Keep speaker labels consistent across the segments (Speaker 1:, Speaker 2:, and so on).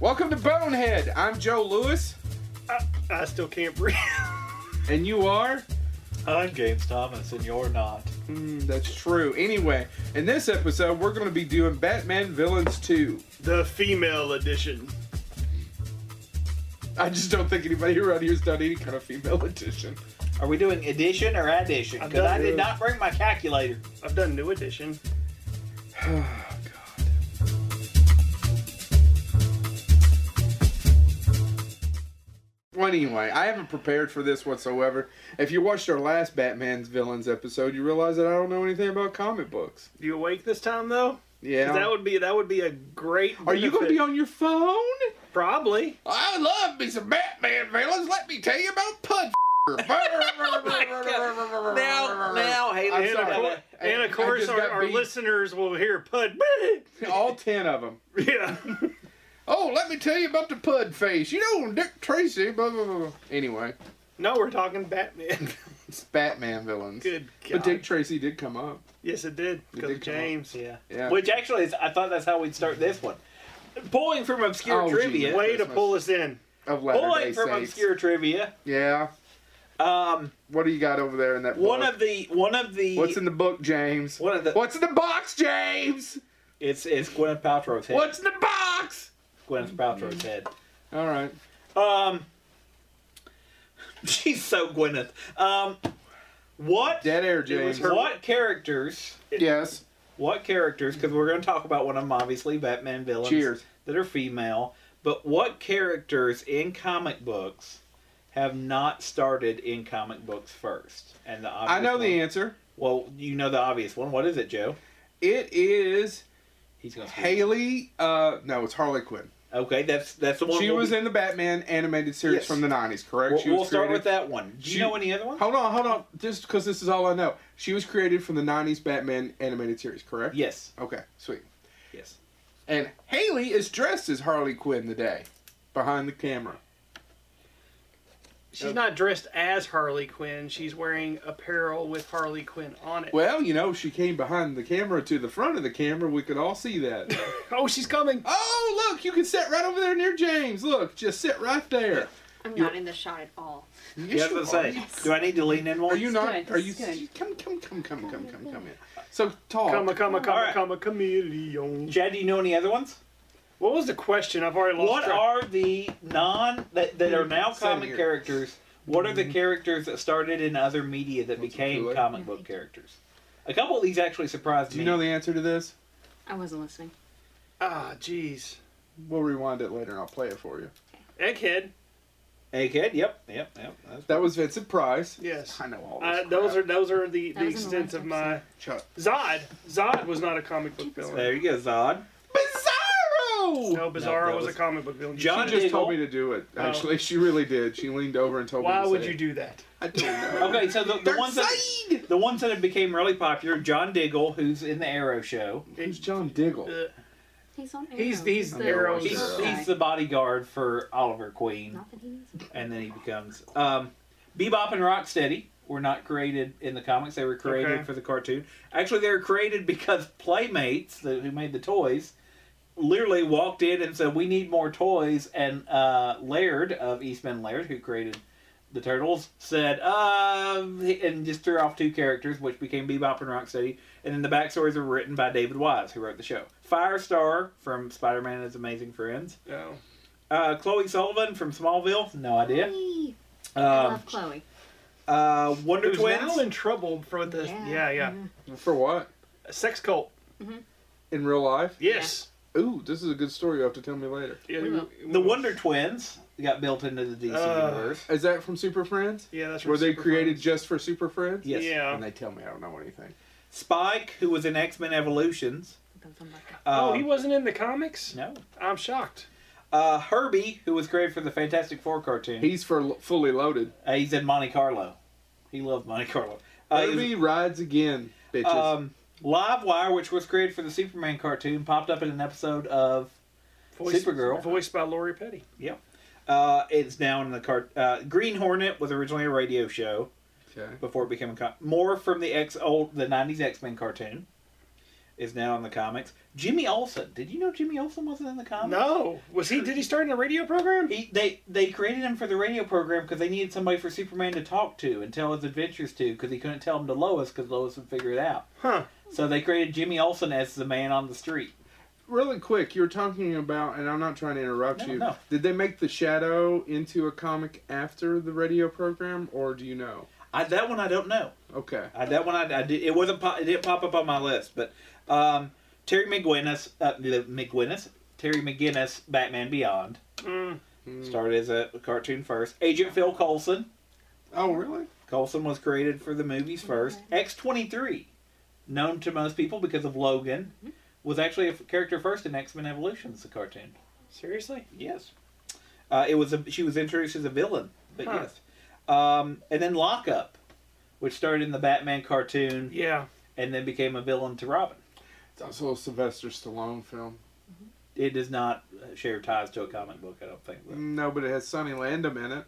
Speaker 1: Welcome to Bonehead. I'm Joe Lewis,
Speaker 2: I, I still can't breathe.
Speaker 1: and you are.
Speaker 3: I'm James Thomas, and you're not.
Speaker 1: Hmm, that's true. Anyway, in this episode, we're going to be doing Batman Villains 2.
Speaker 2: the female edition.
Speaker 1: I just don't think anybody around here's done any kind of female edition.
Speaker 3: Are we doing addition or addition?
Speaker 2: I'm
Speaker 3: Because
Speaker 2: done
Speaker 3: I
Speaker 2: with-
Speaker 3: did not bring my calculator.
Speaker 2: I've done new edition.
Speaker 1: Oh, God. Well, anyway, I haven't prepared for this whatsoever. If you watched our last Batman's Villains episode, you realize that I don't know anything about comic books.
Speaker 2: You awake this time though? 'Cause
Speaker 1: Yeah.
Speaker 2: That would be that would be a great.
Speaker 1: Are you going to be
Speaker 2: benefit.
Speaker 1: on your phone?
Speaker 2: Probably.
Speaker 1: I love me some Batman villains. Let me tell you about Punch.
Speaker 3: Now, now, hey,
Speaker 1: I'm
Speaker 2: and,
Speaker 1: sorry.
Speaker 2: Of course,
Speaker 1: I-
Speaker 2: and of
Speaker 1: I
Speaker 2: course,
Speaker 1: just
Speaker 2: our,
Speaker 1: got
Speaker 2: our
Speaker 1: beat.
Speaker 2: listeners will hear Pud.
Speaker 1: All ten of them.
Speaker 2: yeah.
Speaker 1: Oh, let me tell you about the Pud face. You know, Dick Tracy. Blah, blah, blah. Anyway,
Speaker 2: No, we're talking Batman.
Speaker 1: it's Batman villains.
Speaker 2: Good
Speaker 1: But
Speaker 2: God.
Speaker 1: Dick Tracy did come up.
Speaker 2: yes, it did.
Speaker 1: It
Speaker 2: Because
Speaker 1: did come up.
Speaker 2: James.
Speaker 3: yeah.
Speaker 1: Yeah.
Speaker 3: Which actually, is, I thought that's how we'd start this one. Pulling from obscure
Speaker 1: Oh, gee,
Speaker 3: trivia.
Speaker 2: Way to
Speaker 1: Christmas.
Speaker 2: pull us in.
Speaker 1: Of latter day
Speaker 3: Pulling from
Speaker 1: saints.
Speaker 3: obscure trivia.
Speaker 1: Yeah.
Speaker 3: Um,
Speaker 1: What do you got over there in that
Speaker 3: one
Speaker 1: book?
Speaker 3: of the one of the
Speaker 1: What's in the book, James?
Speaker 3: one of the
Speaker 1: What's in the box, James?
Speaker 3: it's it's Gwyneth Paltrow's head.
Speaker 1: What's in the box?
Speaker 3: Gwyneth Paltrow's head.
Speaker 1: All right.
Speaker 3: Um, she's so Gwyneth. Um, what
Speaker 1: Dead air,
Speaker 2: It
Speaker 1: James.
Speaker 2: was her-
Speaker 3: what characters?
Speaker 1: Yes.
Speaker 3: What characters? Because we're going to talk about one of them, obviously, Batman villains
Speaker 1: Cheers.
Speaker 3: that are female. But what characters in comic books have not started in comic books first? And the obvious
Speaker 1: I know
Speaker 3: one-
Speaker 1: the answer.
Speaker 3: Well, you know the obvious one. What is it, Joe?
Speaker 1: It is
Speaker 3: He's going to
Speaker 1: Haley. Uh, no, it's Harley Quinn.
Speaker 3: Okay, that's that's the one.
Speaker 1: She
Speaker 3: we'll
Speaker 1: was
Speaker 3: be-
Speaker 1: in the Batman animated series
Speaker 3: Yes.
Speaker 1: from the '90s, correct?
Speaker 3: We'll,
Speaker 1: she was
Speaker 3: we'll start
Speaker 1: created-
Speaker 3: with that one. Do you
Speaker 1: She-
Speaker 3: know any other ones?
Speaker 1: Hold on, hold on. Just because this is all I know, she was created from the '90s Batman animated series, correct?
Speaker 3: Yes.
Speaker 1: Okay, sweet.
Speaker 3: Yes.
Speaker 1: And Haley is dressed as Harley Quinn today, behind the camera.
Speaker 2: She's not dressed as Harley Quinn. She's wearing apparel with Harley Quinn on it.
Speaker 1: Well, you know, she came behind the camera to the front of the camera. We could all see that.
Speaker 2: Oh, she's coming.
Speaker 1: oh, look! You can sit right over there near James. Look, just sit right there.
Speaker 4: I'm
Speaker 1: You're-
Speaker 4: not in the shot at all.
Speaker 3: You have to
Speaker 1: are.
Speaker 3: say. Do I need to lean in more?
Speaker 1: Are you not?
Speaker 4: good,
Speaker 1: Are
Speaker 4: this
Speaker 1: you?
Speaker 4: is good.
Speaker 1: Come, come, come, come, come, come, come in. So tall.
Speaker 2: Comma, comma, comma,
Speaker 3: Alright.
Speaker 2: comma, chameleon.
Speaker 3: Chad? Do you know any other ones?
Speaker 2: What was the question? I've already lost
Speaker 3: What
Speaker 2: track.
Speaker 3: are the non that, that are now
Speaker 1: Same
Speaker 3: comic
Speaker 1: here. Mm-hmm.
Speaker 3: characters? What are the characters that started in other media that
Speaker 1: Want some
Speaker 3: became
Speaker 1: Kool-Aid?
Speaker 3: comic book characters? A couple of these actually surprised
Speaker 1: Do you
Speaker 3: me.
Speaker 1: know the answer to this?
Speaker 4: I wasn't listening.
Speaker 2: Ah, jeez.
Speaker 1: We'll rewind it later and I'll play it for you.
Speaker 2: Egghead.
Speaker 3: Egghead. Yep. Yep. Yep. That's
Speaker 1: That was Vincent Price.
Speaker 2: Yes.
Speaker 1: I know all this.
Speaker 2: Uh, those are those are the,
Speaker 4: That
Speaker 2: the
Speaker 4: was in the
Speaker 2: extent
Speaker 4: last
Speaker 2: of my
Speaker 1: Chuck.
Speaker 2: Zod. Zod was not a comic book villain.
Speaker 3: there you go, Zod.
Speaker 1: Bizarro!
Speaker 2: No, Bizarro
Speaker 3: that
Speaker 2: was,
Speaker 3: was-
Speaker 2: a comic book villain.
Speaker 3: John-
Speaker 1: she just told
Speaker 3: Diggle.
Speaker 1: me to do it. Actually, she really did. She leaned over and told me.
Speaker 2: Why
Speaker 1: to
Speaker 2: would
Speaker 1: say
Speaker 2: you
Speaker 1: it.
Speaker 2: do that?
Speaker 1: I don't know.
Speaker 3: Okay, so the, the
Speaker 1: Dark
Speaker 3: ones that
Speaker 1: side!
Speaker 3: the ones that have became really popular: John Diggle, who's in the Arrow show.
Speaker 1: Who's John Diggle?
Speaker 2: Uh,
Speaker 4: He's on Arrow.
Speaker 2: He's- he's
Speaker 4: the
Speaker 2: Arrow's
Speaker 3: He's,
Speaker 2: Arrow.
Speaker 3: he's the bodyguard for Oliver Queen,
Speaker 4: Not that he needs it.
Speaker 3: and then he becomes um, Bebop and Rocksteady. Were not created in the comics; they were created
Speaker 2: Okay.
Speaker 3: for the cartoon. Actually, they were created because Playmates, the, who made the toys, literally walked in and said, "We need more toys." And uh, Laird of Eastman Laird, who created the Turtles, said, uh, and just threw off two characters, which became Bebop and Rocksteady. And then the backstories were written by David Wise, who wrote the show. Firestar from Spider-Man and His Amazing Friends.
Speaker 2: no.
Speaker 3: Uh, Chloe Sullivan from Smallville. No idea.
Speaker 4: Chloe. I
Speaker 3: Um,
Speaker 4: love Chloe.
Speaker 3: uh, Wonder
Speaker 2: Who's
Speaker 3: Twins.
Speaker 2: now in trouble for the yeah yeah,
Speaker 4: mhm.
Speaker 1: For what?
Speaker 2: A sex cult.
Speaker 1: In real life?
Speaker 2: Yes.
Speaker 1: Ooh, this is a good story. You'll have to tell me later.
Speaker 2: Yeah.
Speaker 4: We will.
Speaker 3: the Wonder Twins got built into the DC
Speaker 2: Uh,
Speaker 3: universe.
Speaker 1: Is that from Super Friends?
Speaker 2: Yeah, that's
Speaker 1: Were they
Speaker 2: Superfriends.
Speaker 1: created just for Super Friends?
Speaker 3: Yes.
Speaker 2: Yeah.
Speaker 1: And they tell me I don't know anything.
Speaker 3: Spike, who was in X Men Evolutions.
Speaker 4: Those on Bucket.
Speaker 2: oh,
Speaker 3: Um,
Speaker 2: he wasn't in the comics.
Speaker 3: No.
Speaker 2: I'm shocked.
Speaker 3: Uh, Herbie, who was created for the Fantastic Four cartoon.
Speaker 1: He's for L- Fully Loaded.
Speaker 3: uh, he's in Monte Carlo. He loved Monte Carlo. Uh, he was-
Speaker 1: Kirby rides again, bitches.
Speaker 3: um, Livewire, which was created for the Superman cartoon, popped up in an episode of. Supergirl.
Speaker 2: voiced by Lori Petty.
Speaker 3: Uh, it's now in the cart. Uh, Green Hornet was originally a radio show.
Speaker 1: okay.
Speaker 3: before it became a co- more from the X old the '90s X Men cartoon. is now in the comics. Jimmy Olsen. Did you know Jimmy Olsen wasn't in the comics?
Speaker 2: No, was he? Did he start in a radio program?
Speaker 3: He, they they created him for the radio program because they needed somebody for Superman to talk to and tell his adventures to because he couldn't tell them to Lois because Lois would figure it out.
Speaker 2: Huh.
Speaker 3: So they created Jimmy Olsen as the man on the street.
Speaker 1: Really quick, you were talking about, and I'm not trying to interrupt
Speaker 3: No,
Speaker 1: you.
Speaker 3: no.
Speaker 1: Did they make the Shadow into a comic after the radio program, or do you know?
Speaker 3: I, that one I don't know.
Speaker 1: Okay.
Speaker 3: I, that one I, I did. It wasn't. pop- It didn't pop up on my list. But um, Terry McGuinness, uh, the McGuinness, Terry McGinnis, Batman Beyond
Speaker 2: Mm.
Speaker 3: started as a cartoon first. Agent Phil Coulson.
Speaker 1: Oh, really?
Speaker 3: Coulson was created for the movies first. X twenty three, known to most people because of Logan, was actually a f- character first in X Men Evolutions, the cartoon.
Speaker 2: Seriously?
Speaker 3: Yes, uh, it was. A, she was introduced as a villain, but
Speaker 2: Huh.
Speaker 3: yes, um, and then Lockup, which started in the Batman cartoon
Speaker 2: Yeah.
Speaker 3: and then became a villain to Robin.
Speaker 1: It's also a Sylvester Stallone film.
Speaker 3: It does not uh, share ties to a comic book, I don't think. But,
Speaker 1: No, but it has Sonny Landham in it.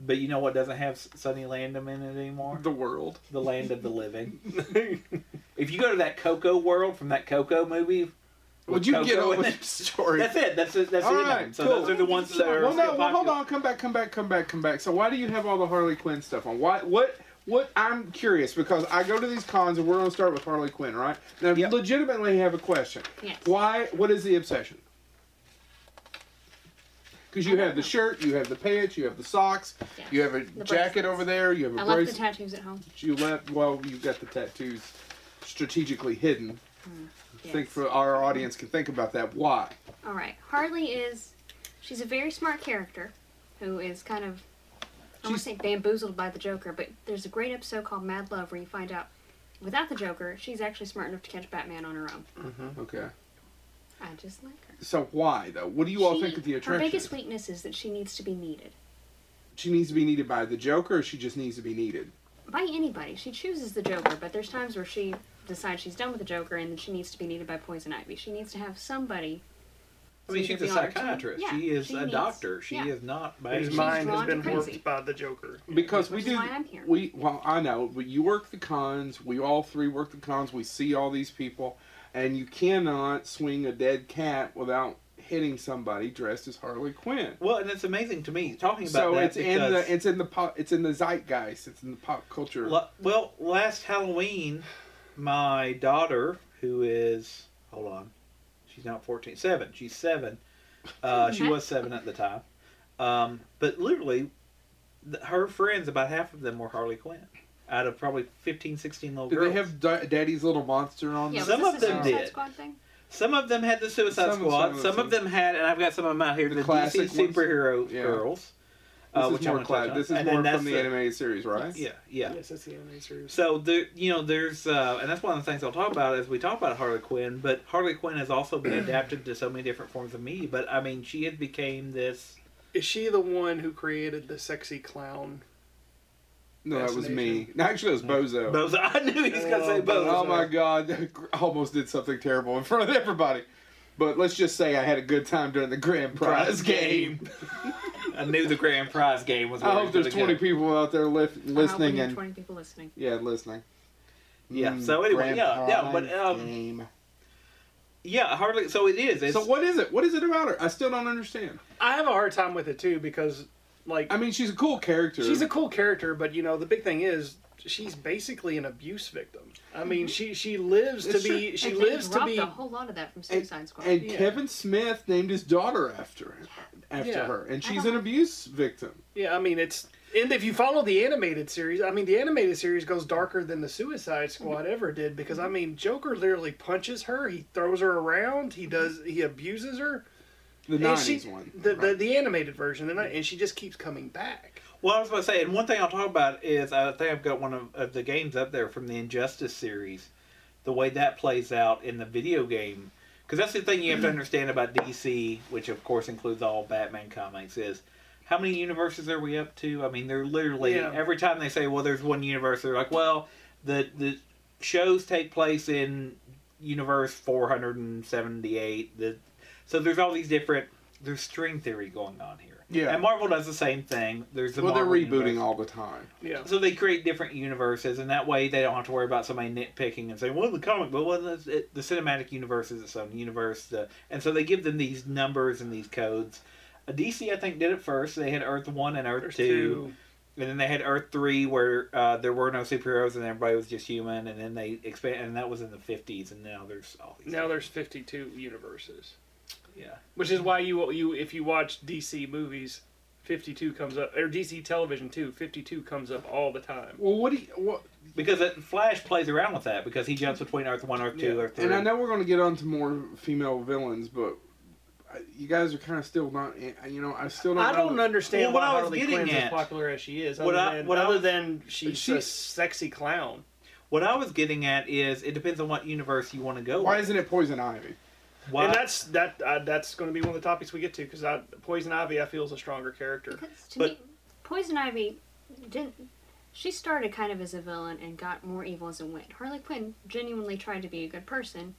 Speaker 3: but you know what doesn't have S- Sonny Landham in it anymore?
Speaker 1: The World.
Speaker 3: The Land of the Living. if you go to that Coco world from that Coco movie, with
Speaker 1: Would you get
Speaker 3: Coco
Speaker 1: over
Speaker 3: in
Speaker 1: this
Speaker 3: it,
Speaker 1: story?
Speaker 3: That's it. That's it. That's
Speaker 1: All
Speaker 3: it.
Speaker 1: right,
Speaker 3: so
Speaker 1: cool.
Speaker 3: those are the ones that are.
Speaker 1: well, no.
Speaker 3: still
Speaker 1: Well, hold
Speaker 3: popular.
Speaker 1: on. Come back. Come back. Come back. Come back. So, why do you have all the Harley Quinn stuff on? Why? What? What? I'm curious because I go to these cons and we're gonna start with Harley Quinn, right? Now,
Speaker 3: Yep.
Speaker 1: legitimately have a question.
Speaker 4: Yes.
Speaker 1: Why? What is the obsession? Because you have the shirt, you have the pants, you have the socks,
Speaker 4: Yes.
Speaker 1: you have a
Speaker 4: The
Speaker 1: jacket
Speaker 4: bracelets.
Speaker 1: over there, you
Speaker 4: I
Speaker 1: have a
Speaker 4: left the
Speaker 1: bracelet.
Speaker 4: tattoos at home.
Speaker 1: you left. Well, you've got the tattoos strategically hidden. Think
Speaker 4: Yes.
Speaker 1: for our audience can think about that. Why?
Speaker 4: All right. Harley is, she's a very smart character, who is kind of, I want
Speaker 1: She's-
Speaker 4: to say bamboozled by the Joker, but there's a great episode called Mad Love where you find out, without the Joker, she's actually smart enough to catch Batman on her own.
Speaker 3: Mm-hmm.
Speaker 1: Okay.
Speaker 4: I just like her.
Speaker 1: So why though? What do you all
Speaker 4: She-
Speaker 1: think of the attraction?
Speaker 4: Her biggest weakness is that she needs to be needed
Speaker 1: she needs to be needed by the Joker, or she just needs to be needed.
Speaker 4: by anybody. She chooses the Joker, but there's times where she decides she's done with the Joker and then she needs to be needed by Poison Ivy. She needs to have somebody.
Speaker 3: I mean,
Speaker 4: to
Speaker 3: she's
Speaker 4: be
Speaker 3: a
Speaker 4: on her team.
Speaker 3: psychiatrist.
Speaker 4: Yeah,
Speaker 3: she is
Speaker 4: she
Speaker 3: a
Speaker 4: needs-
Speaker 3: doctor. She
Speaker 4: yeah.
Speaker 3: is not. by
Speaker 2: His
Speaker 3: any
Speaker 4: She's
Speaker 2: mind has
Speaker 4: drawn
Speaker 2: been
Speaker 4: to
Speaker 2: warped
Speaker 4: crazy.
Speaker 2: by the Joker.
Speaker 1: Because we
Speaker 4: Which
Speaker 1: do,
Speaker 4: is why I'm here.
Speaker 1: we well, I know, but you work the cons. We all three work the cons. We see all these people, and you cannot swing a dead cat without hitting somebody dressed as Harley Quinn.
Speaker 3: Well, and it's amazing to me talking about
Speaker 1: So
Speaker 3: that
Speaker 1: it's in
Speaker 3: because
Speaker 1: the it's in the pop it's in the zeitgeist. It's in the pop culture.
Speaker 3: La- well, last Halloween, my daughter, who is hold on, she's not fourteen, seven. She's seven. Uh, she was seven at the time, um, but literally, th- her friends, about half of them were Harley Quinn, out of probably 15, 16 little
Speaker 1: do
Speaker 3: girls.
Speaker 1: they have da- Daddy's little monster on? Yeah,
Speaker 4: Yeah, was
Speaker 3: Some
Speaker 4: this
Speaker 3: of
Speaker 4: the
Speaker 3: them
Speaker 4: Suicide
Speaker 3: did.
Speaker 4: Squad thing?
Speaker 3: Some of them had the Suicide
Speaker 1: Some-
Speaker 3: Squad.
Speaker 1: some of
Speaker 3: Some, of them had, and I've got some of them out here,
Speaker 1: The
Speaker 3: the,
Speaker 1: classic
Speaker 3: DC
Speaker 1: ones?
Speaker 3: superhero
Speaker 1: Yeah.
Speaker 3: girls.
Speaker 1: this
Speaker 3: uh,
Speaker 1: is
Speaker 3: which I
Speaker 1: more
Speaker 3: wanna touch
Speaker 1: cla-
Speaker 3: on.
Speaker 1: This is
Speaker 3: And then
Speaker 1: more
Speaker 3: that's
Speaker 1: from the, animated series, right?
Speaker 3: Yeah, yeah.
Speaker 2: Yes, that's the anime series.
Speaker 3: So there, you know, there's, uh, and that's one of the things I'll talk about as we talk about Harley Quinn. But Harley Quinn has also been adapted to so many different forms of media. But I mean, she had became this.
Speaker 2: Is she the one who created the sexy clown?
Speaker 1: No, that was me.
Speaker 2: Fascination.
Speaker 1: No, Actually, it was Bozo.
Speaker 3: Bozo. I knew he was gonna say
Speaker 2: Oh,
Speaker 3: Bozo.
Speaker 1: Oh my god, I almost did something terrible in front of everybody. But let's just say I had a good time during the grand prize, game.
Speaker 3: I knew the grand prize game was.
Speaker 1: oh. I
Speaker 3: where he
Speaker 1: hope
Speaker 3: was
Speaker 1: there's
Speaker 3: gonna
Speaker 1: 20
Speaker 3: go.
Speaker 1: people out there lif-
Speaker 4: I hope
Speaker 1: listening
Speaker 4: we have
Speaker 1: and
Speaker 4: 20 people listening.
Speaker 1: yeah, listening.
Speaker 3: Yeah,
Speaker 1: Mm,
Speaker 3: so anyway,
Speaker 1: grand
Speaker 3: yeah, yeah, but,
Speaker 1: prize
Speaker 3: um,
Speaker 1: game.
Speaker 3: Yeah, Harley. So it is. It's,
Speaker 1: so what is it? What is it about her? I still don't understand.
Speaker 2: I have a hard time with it too because, like,
Speaker 1: I mean, she's a cool character.
Speaker 2: she's a cool character, but you know the big thing is she's basically an abuse victim. I mean, she she lives to
Speaker 1: It's
Speaker 2: be she
Speaker 4: And they
Speaker 2: lives to
Speaker 4: dropped
Speaker 2: be
Speaker 4: a whole lot of that from Suicide Squad.
Speaker 1: and
Speaker 2: Yeah.
Speaker 1: Kevin Smith named his daughter after after
Speaker 2: Yeah.
Speaker 1: her, and
Speaker 4: I
Speaker 1: she's
Speaker 4: don't-
Speaker 1: an abuse victim.
Speaker 2: Yeah, I mean it's and if you follow the animated series, I mean the animated series goes darker than the Suicide Squad ever did because I mean Joker literally punches her, he throws her around, he does he abuses her.
Speaker 1: The
Speaker 2: And she-
Speaker 1: '90s one.
Speaker 2: The, the
Speaker 1: right.
Speaker 2: the animated version, and I, and she just keeps coming back.
Speaker 3: Well, I was about to say, and one thing I'll talk about is I think I've got one of, of the games up there from the Injustice series, the way that plays out in the video game. Because that's the thing you have to understand about DC, which of course includes all Batman comics, is how many universes are we up to? I mean, they're literally,
Speaker 2: Yeah.
Speaker 3: every time they say, well, there's one universe, they're like, well, the, the shows take place in universe 478. The, so there's all these different there's string theory going on here.
Speaker 1: Yeah.
Speaker 3: And Marvel does the same thing. There's the
Speaker 1: well, they're
Speaker 3: Marvel
Speaker 1: rebooting
Speaker 3: universe.
Speaker 1: all the time.
Speaker 2: Yeah.
Speaker 3: So they create different universes, and that way they don't have to worry about somebody nitpicking and saying, "Well, the comic, but well, the, it, the cinematic universe is its own universe." The, and so they give them these numbers and these codes. Uh, DC, I think, did it first. They had Earth One and Earth
Speaker 2: There's
Speaker 3: Two,
Speaker 2: two.
Speaker 3: and then they had Earth Three, where uh, there were no superheroes and everybody was just human. And then they expand, and that was in the fifties. And now there's all these.
Speaker 2: Now there's 52 universes,
Speaker 3: yeah,
Speaker 2: which is why you you if you watch DC movies, 52 comes up or DC television too. 52 comes up all the time.
Speaker 1: Well, what do you, what?
Speaker 3: because it, Flash plays around with that because he jumps between Earth One, Earth Two,
Speaker 2: Yeah.
Speaker 3: Earth Three.
Speaker 1: And I know we're going to get on to more female villains, but I- you guys are kind of still not. eh, You know, I still don't.
Speaker 2: I don't
Speaker 1: know.
Speaker 2: understand
Speaker 3: Well, what
Speaker 2: why
Speaker 3: I was
Speaker 2: Harley
Speaker 3: getting
Speaker 2: Quinn's
Speaker 3: at-
Speaker 2: as popular as she is. Other
Speaker 3: What I-
Speaker 2: than,
Speaker 3: what I
Speaker 2: other
Speaker 3: was-
Speaker 2: than she's
Speaker 3: she-
Speaker 2: a sexy clown.
Speaker 3: What I was getting at is it depends on what universe you want to go.
Speaker 1: Why
Speaker 3: with.
Speaker 1: isn't it Poison Ivy?
Speaker 3: Why-
Speaker 2: And that's that. Uh, that's going to be one of the topics we get to because Poison Ivy I feel is a stronger character.
Speaker 4: Because to
Speaker 3: But-
Speaker 4: me, Poison Ivy didn't. She started kind of as a villain and got more evil as it went. Harley Quinn genuinely tried to be a good person,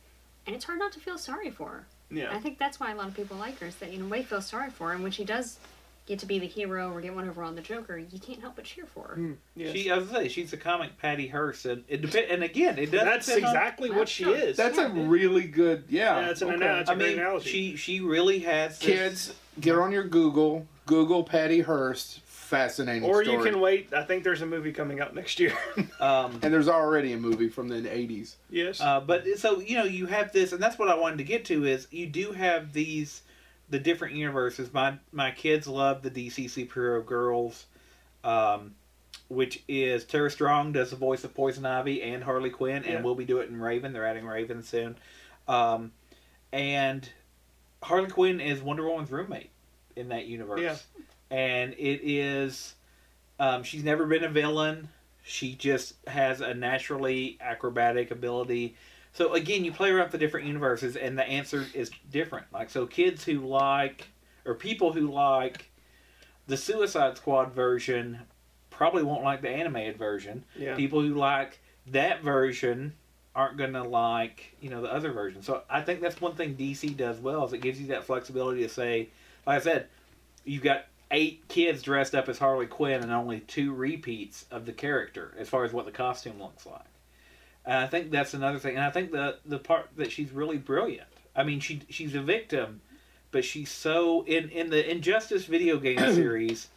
Speaker 4: and it's hard not to feel sorry for her.
Speaker 2: Yeah.
Speaker 4: I think that's why a lot of people like her is that in a way feel sorry for her, and when she does get to be the hero or get one over on the Joker, you can't help but cheer for her.
Speaker 2: Yes.
Speaker 3: She, I was gonna say, she's a comic Patty Hearst, and it depend, And again, it does.
Speaker 2: that's
Speaker 3: depend on-
Speaker 2: exactly what she
Speaker 4: Well,
Speaker 2: is.
Speaker 1: That's a
Speaker 4: Yeah.
Speaker 1: really good. Yeah.
Speaker 2: Yeah, that's an
Speaker 1: okay.
Speaker 2: analogy.
Speaker 3: I
Speaker 2: a great
Speaker 3: mean,
Speaker 2: analogy.
Speaker 3: she she really has this-
Speaker 1: Kids, get on your Google. Google Patty Hearst. Fascinating
Speaker 2: or
Speaker 1: story.
Speaker 2: you can wait. I think there's a movie coming out next year.
Speaker 3: Um,
Speaker 1: And there's already a movie from the '80s.
Speaker 2: yes.
Speaker 3: uh, but so you know, you have this, and that's what I wanted to get to is you do have these the different universes. My my kids love the DC superhero girls, um, which is Tara Strong does the voice of Poison Ivy and Harley Quinn,
Speaker 2: Yeah.
Speaker 3: and we'll be doing it in Raven. They're adding Raven soon, um, and Harley Quinn is Wonder Woman's roommate in that universe.
Speaker 2: Yeah.
Speaker 3: And it is um, she's never been a villain. She just has a naturally acrobatic ability. So again, you play around with the different universes and the answer is different. Like so kids who like or people who like the Suicide Squad version probably won't like the animated version
Speaker 2: yeah.
Speaker 3: people who like that version aren't going to like you know the other version so i think that's one thing dc does well is it gives you that flexibility to say like i said you've got eight kids dressed up as harley quinn and only two repeats of the character as far as what the costume looks like and i think that's another thing and i think the the part that she's really brilliant i mean she she's a victim but she's so in in the injustice video game series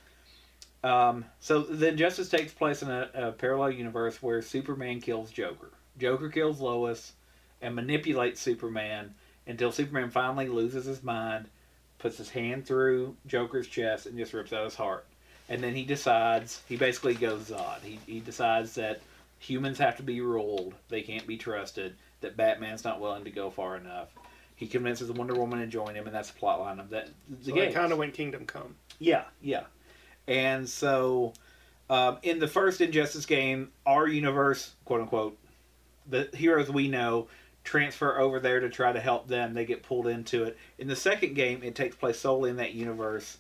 Speaker 3: um, so then Justice takes place in a, a parallel universe where Superman kills Joker. Joker kills Lois and manipulates Superman until Superman finally loses his mind, puts his hand through Joker's chest, and just rips out his heart. And then he decides, he basically goes Zod. He, he decides that humans have to be ruled, they can't be trusted, that Batman's not willing to go far enough. He convinces Wonder Woman to join him, and that's the plotline of that. The
Speaker 2: So
Speaker 3: game.
Speaker 2: kind of when Kingdom Come.
Speaker 3: Yeah, yeah. And so, um, in the first Injustice game, our universe, quote unquote, the heroes we know transfer over there to try to help them. They get pulled into it. In the second game, it takes place solely in that universe.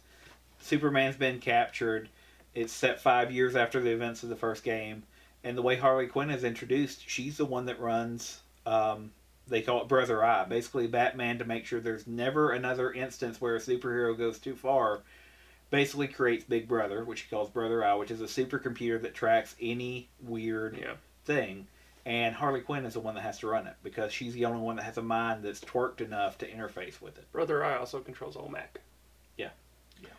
Speaker 3: Superman's been captured. It's set five years after the events of the first game. And the way Harley Quinn is introduced, she's the one that runs. Um, they call it Brother Eye, basically Batman, to make sure there's never another instance where a superhero goes too far basically creates Big Brother, which he calls Brother Eye, which is a supercomputer that tracks any weird
Speaker 2: Yeah.
Speaker 3: thing. And Harley Quinn is the one that has to run it because she's the only one that has a mind that's twerked enough to interface with it.
Speaker 2: Brother I also controls Olmec.
Speaker 3: Yeah.
Speaker 2: Yeah.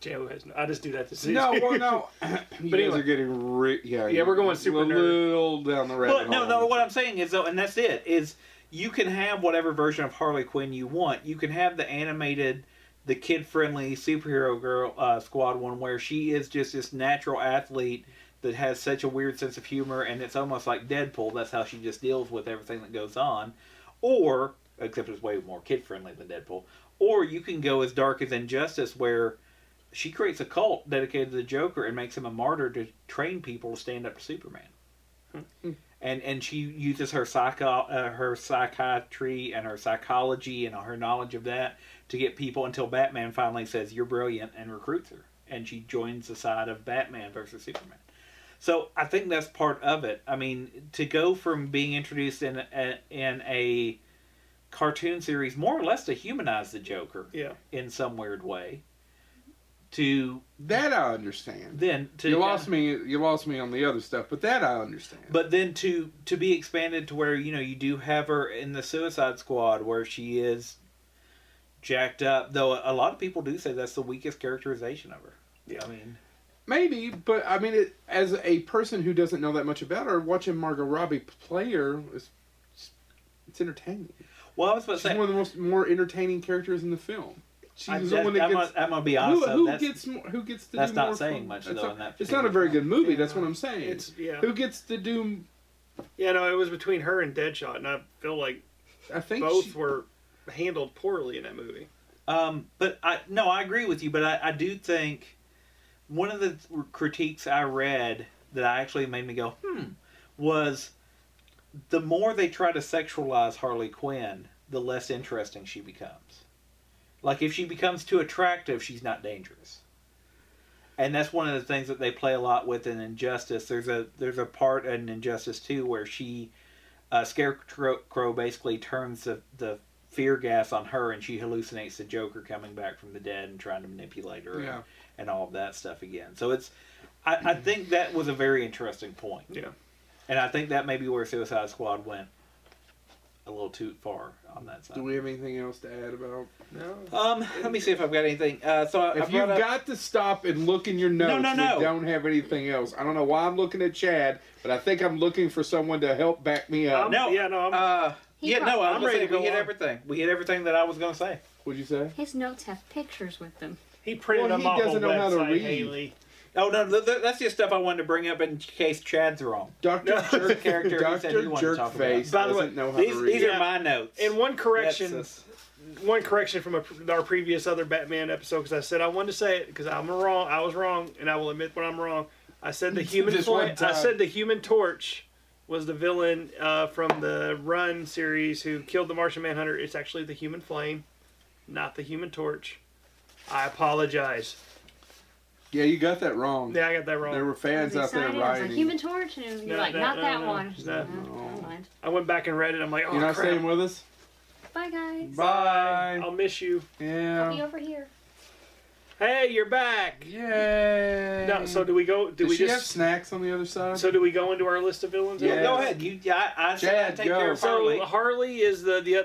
Speaker 2: J-Lo has no. I just do that to see.
Speaker 1: No, well, no. you
Speaker 2: But
Speaker 1: guys
Speaker 2: anyway.
Speaker 1: are getting re- yeah.
Speaker 2: Yeah, we're going super
Speaker 1: a
Speaker 2: nerd.
Speaker 1: little down the rabbit
Speaker 3: But no,
Speaker 1: hole.
Speaker 3: no, what I'm saying is though, and that's it is you can have whatever version of Harley Quinn you want. You can have the animated, the kid-friendly superhero girl uh, squad one where she is just this natural athlete that has such a weird sense of humor, and it's almost like Deadpool. That's how she just deals with everything that goes on. Or except it's way more kid-friendly than Deadpool. Or you can go as dark as Injustice where. She creates a cult dedicated to the Joker and makes him a martyr to train people to stand up to Superman and and she uses her psycho uh, her psychiatry and her psychology and her knowledge of that to get people until Batman finally says you're brilliant and recruits her and she joins the side of Batman versus Superman. So I think that's part of it. I mean, to go from being introduced in a, in a cartoon series more or less to humanize the Joker
Speaker 2: Yeah.
Speaker 3: in some weird way. To
Speaker 1: That I understand.
Speaker 3: then to
Speaker 1: you lost me. You lost me on the other stuff, but that I understand.
Speaker 3: But then to to be expanded to where you know you do have her in the Suicide Squad where she is jacked up. Though a lot of people do say that's the weakest characterization of her.
Speaker 2: Yeah.
Speaker 3: I mean,
Speaker 1: Maybe, but I mean, it, as a person who doesn't know that much about her, watching Margot Robbie play her is it's entertaining.
Speaker 3: well, I was about to
Speaker 1: She's
Speaker 3: say,
Speaker 1: one of the most more entertaining characters in the film. She's
Speaker 3: I,
Speaker 1: the one that
Speaker 3: am
Speaker 1: gets.
Speaker 3: gonna, I'm gonna be honest.
Speaker 1: who
Speaker 3: though,
Speaker 1: who
Speaker 3: that's,
Speaker 1: gets more, who gets to
Speaker 3: that's
Speaker 1: do
Speaker 3: not
Speaker 1: more
Speaker 3: saying
Speaker 1: fun?
Speaker 3: much,
Speaker 1: That's
Speaker 3: though,
Speaker 1: not-
Speaker 3: in that
Speaker 1: it's not a
Speaker 3: particular
Speaker 1: very good movie.
Speaker 2: Yeah.
Speaker 1: That's what I'm saying.
Speaker 2: It's yeah.
Speaker 1: who gets to do?
Speaker 2: Yeah, no, it was between her and Deadshot, and I feel like
Speaker 1: I think
Speaker 2: both
Speaker 1: she-
Speaker 2: were handled poorly in that movie.
Speaker 3: Um, but I no, I agree with you. But I, I do think one of the critiques I read that I actually made me go hmm was the more they try to sexualize Harley Quinn, the less interesting she becomes. Like if she becomes too attractive, she's not dangerous. And that's one of the things that they play a lot with in Injustice. There's a there's a part in Injustice 2 where she uh, Scarecrow Crow basically turns the, the fear gas on her and she hallucinates the Joker coming back from the dead and trying to manipulate her
Speaker 1: Yeah.
Speaker 3: and, and all of that stuff again. So it's I, I think that was a very interesting point.
Speaker 2: Yeah.
Speaker 3: And I think that may be where Suicide Squad went a little too far on that side.
Speaker 1: Do we have anything else to add about?
Speaker 2: No.
Speaker 3: Um, let me see if I've got anything. Uh, so I, I
Speaker 1: If you've
Speaker 3: brought up,
Speaker 1: got to stop and look in your notes,
Speaker 3: no, no.
Speaker 1: we don't have anything else. I don't know why I'm looking at Chad, but I think I'm looking for someone to help back me up.
Speaker 2: I'm-
Speaker 3: no,
Speaker 2: Um, Yeah, no, I'm-
Speaker 3: uh,
Speaker 4: He
Speaker 3: yeah, no,
Speaker 4: brought-
Speaker 3: I'm
Speaker 2: I'm
Speaker 3: ready
Speaker 2: ready
Speaker 3: to
Speaker 2: to
Speaker 3: We
Speaker 2: go
Speaker 3: hit
Speaker 2: on.
Speaker 3: everything. We hit everything that I was gonna say.
Speaker 1: What'd you say?
Speaker 4: His notes have pictures with them.
Speaker 2: He printed
Speaker 1: Well,
Speaker 2: them
Speaker 1: he
Speaker 2: off
Speaker 1: doesn't
Speaker 2: on
Speaker 1: know how to
Speaker 2: website,
Speaker 1: read.
Speaker 2: Haley.
Speaker 3: Oh no, th- th- that's just stuff I wanted to bring up in case Chad's wrong.
Speaker 1: Doctor
Speaker 2: No,
Speaker 1: Jerk
Speaker 3: it's a character he said
Speaker 1: Doctor
Speaker 3: he wanted to talk about.
Speaker 1: Jerkface
Speaker 2: By the way,
Speaker 1: doesn't know how
Speaker 3: These,
Speaker 1: to read.
Speaker 3: these are
Speaker 2: Yeah.
Speaker 3: my notes.
Speaker 2: And one
Speaker 3: That's
Speaker 2: correction,
Speaker 3: us.
Speaker 2: one correction from a, our previous other Batman episode, because I said I wanted to say it because I'm wrong. I was wrong, and I will admit when I'm wrong. I said the human.
Speaker 1: Just
Speaker 2: Tor-
Speaker 1: one time.
Speaker 2: I said the Human Torch was the villain uh, from the Run series who killed the Martian Manhunter. It's actually the Human Flame, not the Human Torch. I apologize.
Speaker 1: yeah, you got that wrong.
Speaker 2: Yeah, I got that wrong.
Speaker 1: There were fans
Speaker 4: I
Speaker 1: out
Speaker 4: was
Speaker 1: there
Speaker 4: excited. I was like,
Speaker 1: writing.
Speaker 4: Human Torch, and you're
Speaker 2: No,
Speaker 4: like,
Speaker 2: no,
Speaker 4: not
Speaker 2: no,
Speaker 4: that
Speaker 2: no,
Speaker 4: one.
Speaker 2: no.
Speaker 4: No, never mind.
Speaker 2: I went back and read it. I'm like, oh
Speaker 1: You're not
Speaker 2: crap.
Speaker 1: staying with us?
Speaker 4: Bye guys.
Speaker 1: Bye.
Speaker 2: I'll miss you.
Speaker 4: I'll be
Speaker 1: Yeah.
Speaker 4: over here.
Speaker 2: Hey, you're back.
Speaker 1: Yay.
Speaker 2: No, so do we go? Do
Speaker 1: Does
Speaker 2: we
Speaker 1: she
Speaker 2: just?
Speaker 1: have snacks on the other side?
Speaker 2: So do we go into our list of villains?
Speaker 1: Yeah.
Speaker 3: Go ahead. You, I, I said
Speaker 1: Chad,
Speaker 3: I'd take
Speaker 1: go.
Speaker 3: care of
Speaker 2: So
Speaker 3: Harley.
Speaker 2: Harley, is the the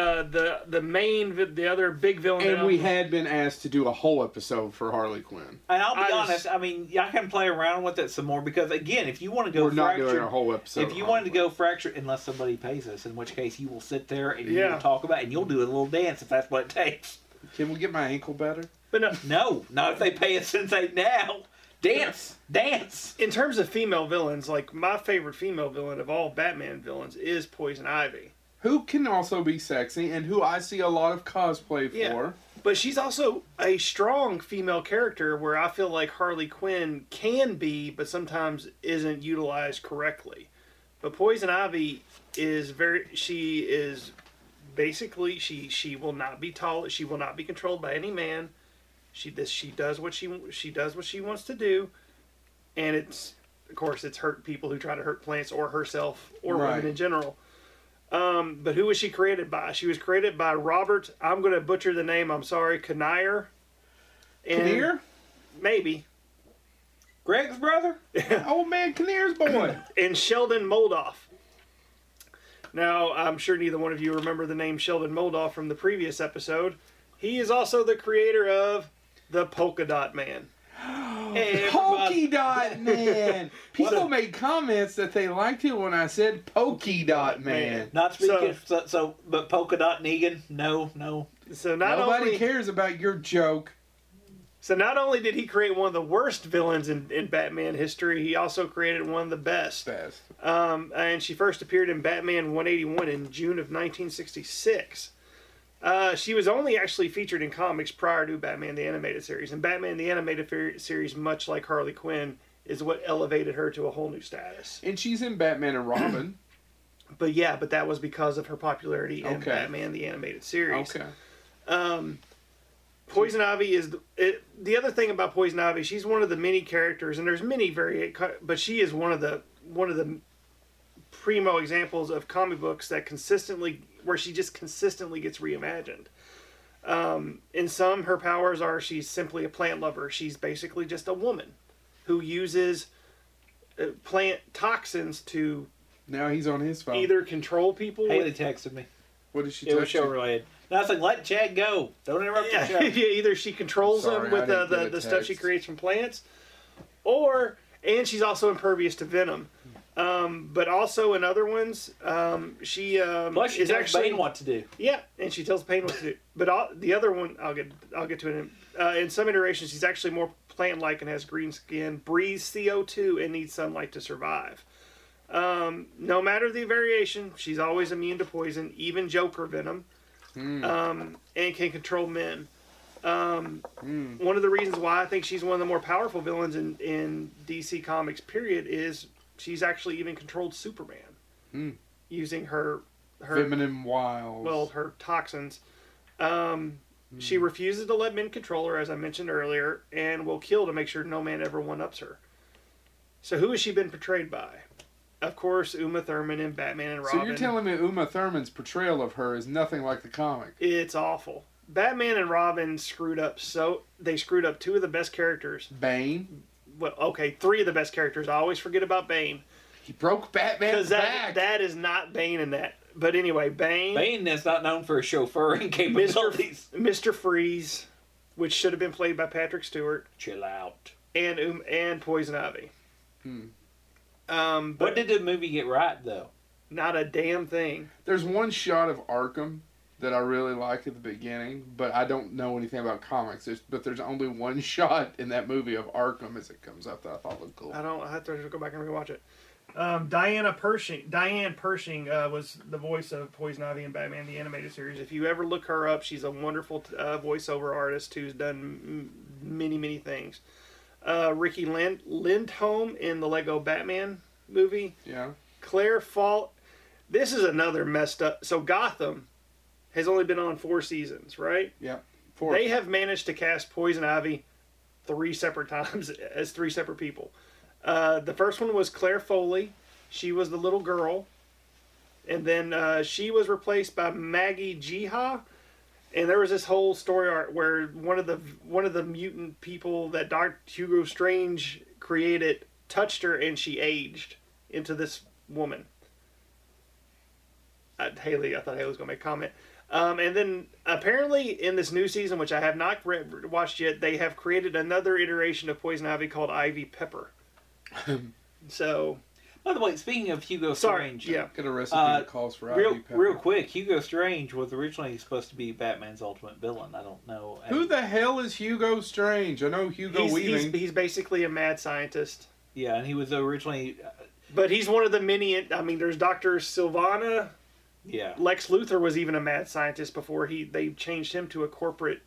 Speaker 2: uh, the the main vi- the other big villain.
Speaker 1: and
Speaker 2: that
Speaker 1: we
Speaker 2: I'm-
Speaker 1: had been asked to do a whole episode for Harley Quinn.
Speaker 3: And I'll be
Speaker 2: I just-
Speaker 3: honest. I mean, y'all can play around with it some more because again, if you want to go
Speaker 1: We're not
Speaker 3: fracture,
Speaker 1: doing a whole episode.
Speaker 3: if you wanted to go fracture, unless somebody pays us, in which case you will sit there and you
Speaker 2: Yeah.
Speaker 3: will talk about it and you'll do a little dance if that's what it takes.
Speaker 1: go, can we get my ankle better?
Speaker 2: But no,
Speaker 3: No, not if they pay us and say now. Dance, dance.
Speaker 2: in terms of female villains, like my favorite female villain of all Batman villains is Poison Ivy.
Speaker 1: Who can also be sexy and who I see a lot of cosplay for.
Speaker 2: Yeah. But she's also a strong female character where I feel like Harley Quinn can be, but sometimes isn't utilized correctly. But Poison Ivy is very. She is basically she she will not be tall. She will not be controlled by any man. She this she does what she she does what she wants to do, and it's of course it's hurt people who try to hurt plants or herself or
Speaker 1: Right.
Speaker 2: women in general. Um, but who was she created by? She was created by Robert. I'm going to butcher the name. I'm sorry, Kinnear. And
Speaker 1: Kinnear?
Speaker 2: maybe
Speaker 3: Greg's brother.
Speaker 1: Old man Kinnear's boy.
Speaker 2: and Sheldon Moldoff. Now, I'm sure neither one of you remember the name Sheldon Moldoff from the previous episode. He is also the creator of the Polka Dot Man.
Speaker 3: Hey, everybody.
Speaker 1: Pokey dot man. People made comments that they liked it when I said pokey dot man.
Speaker 3: Not speaking.
Speaker 2: So-
Speaker 3: So, so, but polka dot Negan. No, no.
Speaker 2: So not
Speaker 1: Nobody
Speaker 2: only
Speaker 1: cares about your joke.
Speaker 2: so not only did he create one of the worst villains in, in Batman history, he also created one of the best.
Speaker 1: Best.
Speaker 2: Um, and she first appeared in Batman 181 in June of 1966. Uh, she was only actually featured in comics prior to Batman the Animated Series, and Batman the Animated fer- Series, much like Harley Quinn, is what elevated her to a whole new status.
Speaker 1: And she's in Batman and Robin.
Speaker 2: But yeah, but that was because of her popularity in
Speaker 1: Okay.
Speaker 2: Batman the Animated Series.
Speaker 1: okay.
Speaker 2: Poison Ivy is the, it, the other thing about Poison Ivy. She's one of the many characters, and there's many very, but she is one of the one of the primo examples of comic books that consistently where she just consistently gets reimagined. Um, in some, her powers are she's simply a plant lover. She's basically just a woman who uses uh, plant toxins to
Speaker 1: Now he's on his phone.
Speaker 2: either control people.
Speaker 3: Haley
Speaker 2: with-
Speaker 3: texted me.
Speaker 1: What did she
Speaker 3: It was
Speaker 1: text you?
Speaker 3: show related. And I was like, let Chad go. Don't interrupt
Speaker 2: yeah,
Speaker 3: the show.
Speaker 2: yeah, either she controls
Speaker 1: Sorry,
Speaker 2: them with
Speaker 1: I
Speaker 2: uh,
Speaker 1: didn't
Speaker 2: the,
Speaker 1: get a
Speaker 2: the stuff she
Speaker 1: text.
Speaker 2: creates from plants, or and she's also impervious to venom. Um, but also in other ones, um, she um,
Speaker 3: Plus, she
Speaker 2: is
Speaker 3: tells
Speaker 2: actually
Speaker 3: Bane what to do.
Speaker 2: Yeah, and she tells Payne what to do. But all, the other one, I'll get, I'll get to it. In, uh, in some iterations, she's actually more plant-like and has green skin, breathes CO two, and needs sunlight to survive. Um, no matter the variation, she's always immune to poison, even Joker venom, um, and can control men. Um, One of the reasons why I think she's one of the more powerful villains in, in DC Comics, period, is she's actually even controlled Superman using her her
Speaker 1: Feminine wiles.
Speaker 2: well her toxins um,
Speaker 1: Hmm.
Speaker 2: she refuses to let men control her as i mentioned earlier and will kill to make sure no man ever one-ups her so who has she been portrayed by of course uma thurman in batman and robin
Speaker 1: so you're telling me Uma Thurman's portrayal of her is nothing like the comic?
Speaker 2: it's awful batman and robin screwed up so they screwed up two of the best characters
Speaker 1: Bane.
Speaker 2: well okay three of the best characters i always forget about bane
Speaker 1: He broke Batman's
Speaker 2: because that,
Speaker 1: back.
Speaker 2: that is not bane in that but anyway bane
Speaker 3: Bane is not known for his chauffeuring capabilities.
Speaker 2: mr. mr freeze which should have been played by patrick stewart
Speaker 3: Chill out.
Speaker 2: and um, and Poison Ivy.
Speaker 1: Hmm.
Speaker 2: Um, but
Speaker 3: What did the movie get right, though?
Speaker 2: not a damn thing.
Speaker 1: There's one shot of Arkham that I really liked at the beginning, but I don't know anything about comics. There's, but there's only one shot in that movie of Arkham as it comes up that I thought looked
Speaker 3: Uh,
Speaker 1: cool.
Speaker 2: I don't. I have to go back and rewatch it. Um, Diana Pershing. Diane Pershing uh, was the voice of Poison Ivy in Batman the Animated Series. If you ever look her up, she's a wonderful uh, voiceover artist who's done m- many many things. Uh, Ricky Lind- Lindholm in the Lego Batman movie.
Speaker 1: Yeah.
Speaker 2: Claire Fault. This is another messed up. So Gotham has only been on four seasons, right?
Speaker 1: Four.
Speaker 2: They have managed to cast Poison Ivy three separate times as three separate people. Uh, the first one was Claire Foley. She was the little girl. And then uh, she was replaced by Maggie Jiha. And there was this whole story arc where one of the one of the mutant people that Doctor Hugo Strange created touched her and she aged into this woman. Uh, Haley, I thought Haley was gonna make a comment. Um, and then apparently in this new season, which I have not re- watched yet, they have created another iteration of Poison Ivy called Ivy Pepper. so
Speaker 3: By the way, speaking of Hugo
Speaker 2: sorry,
Speaker 3: Strange,
Speaker 2: yeah,
Speaker 1: Got a recipe
Speaker 3: Uh,
Speaker 1: that calls for
Speaker 3: real
Speaker 1: Ivy Pepper.
Speaker 3: real quick, Hugo Strange was originally supposed to be Batman's ultimate villain. I don't know.
Speaker 1: Who the hell is Hugo Strange? I know Hugo
Speaker 2: he's,
Speaker 1: Weaving.
Speaker 2: he's, he's basically a mad scientist,
Speaker 3: Yeah, and he was originally. uh,
Speaker 2: but he's one of the many. I mean, there's Doctor Sylvana.
Speaker 3: Yeah,
Speaker 2: Lex Luthor was even a mad scientist before he they changed him to a corporate.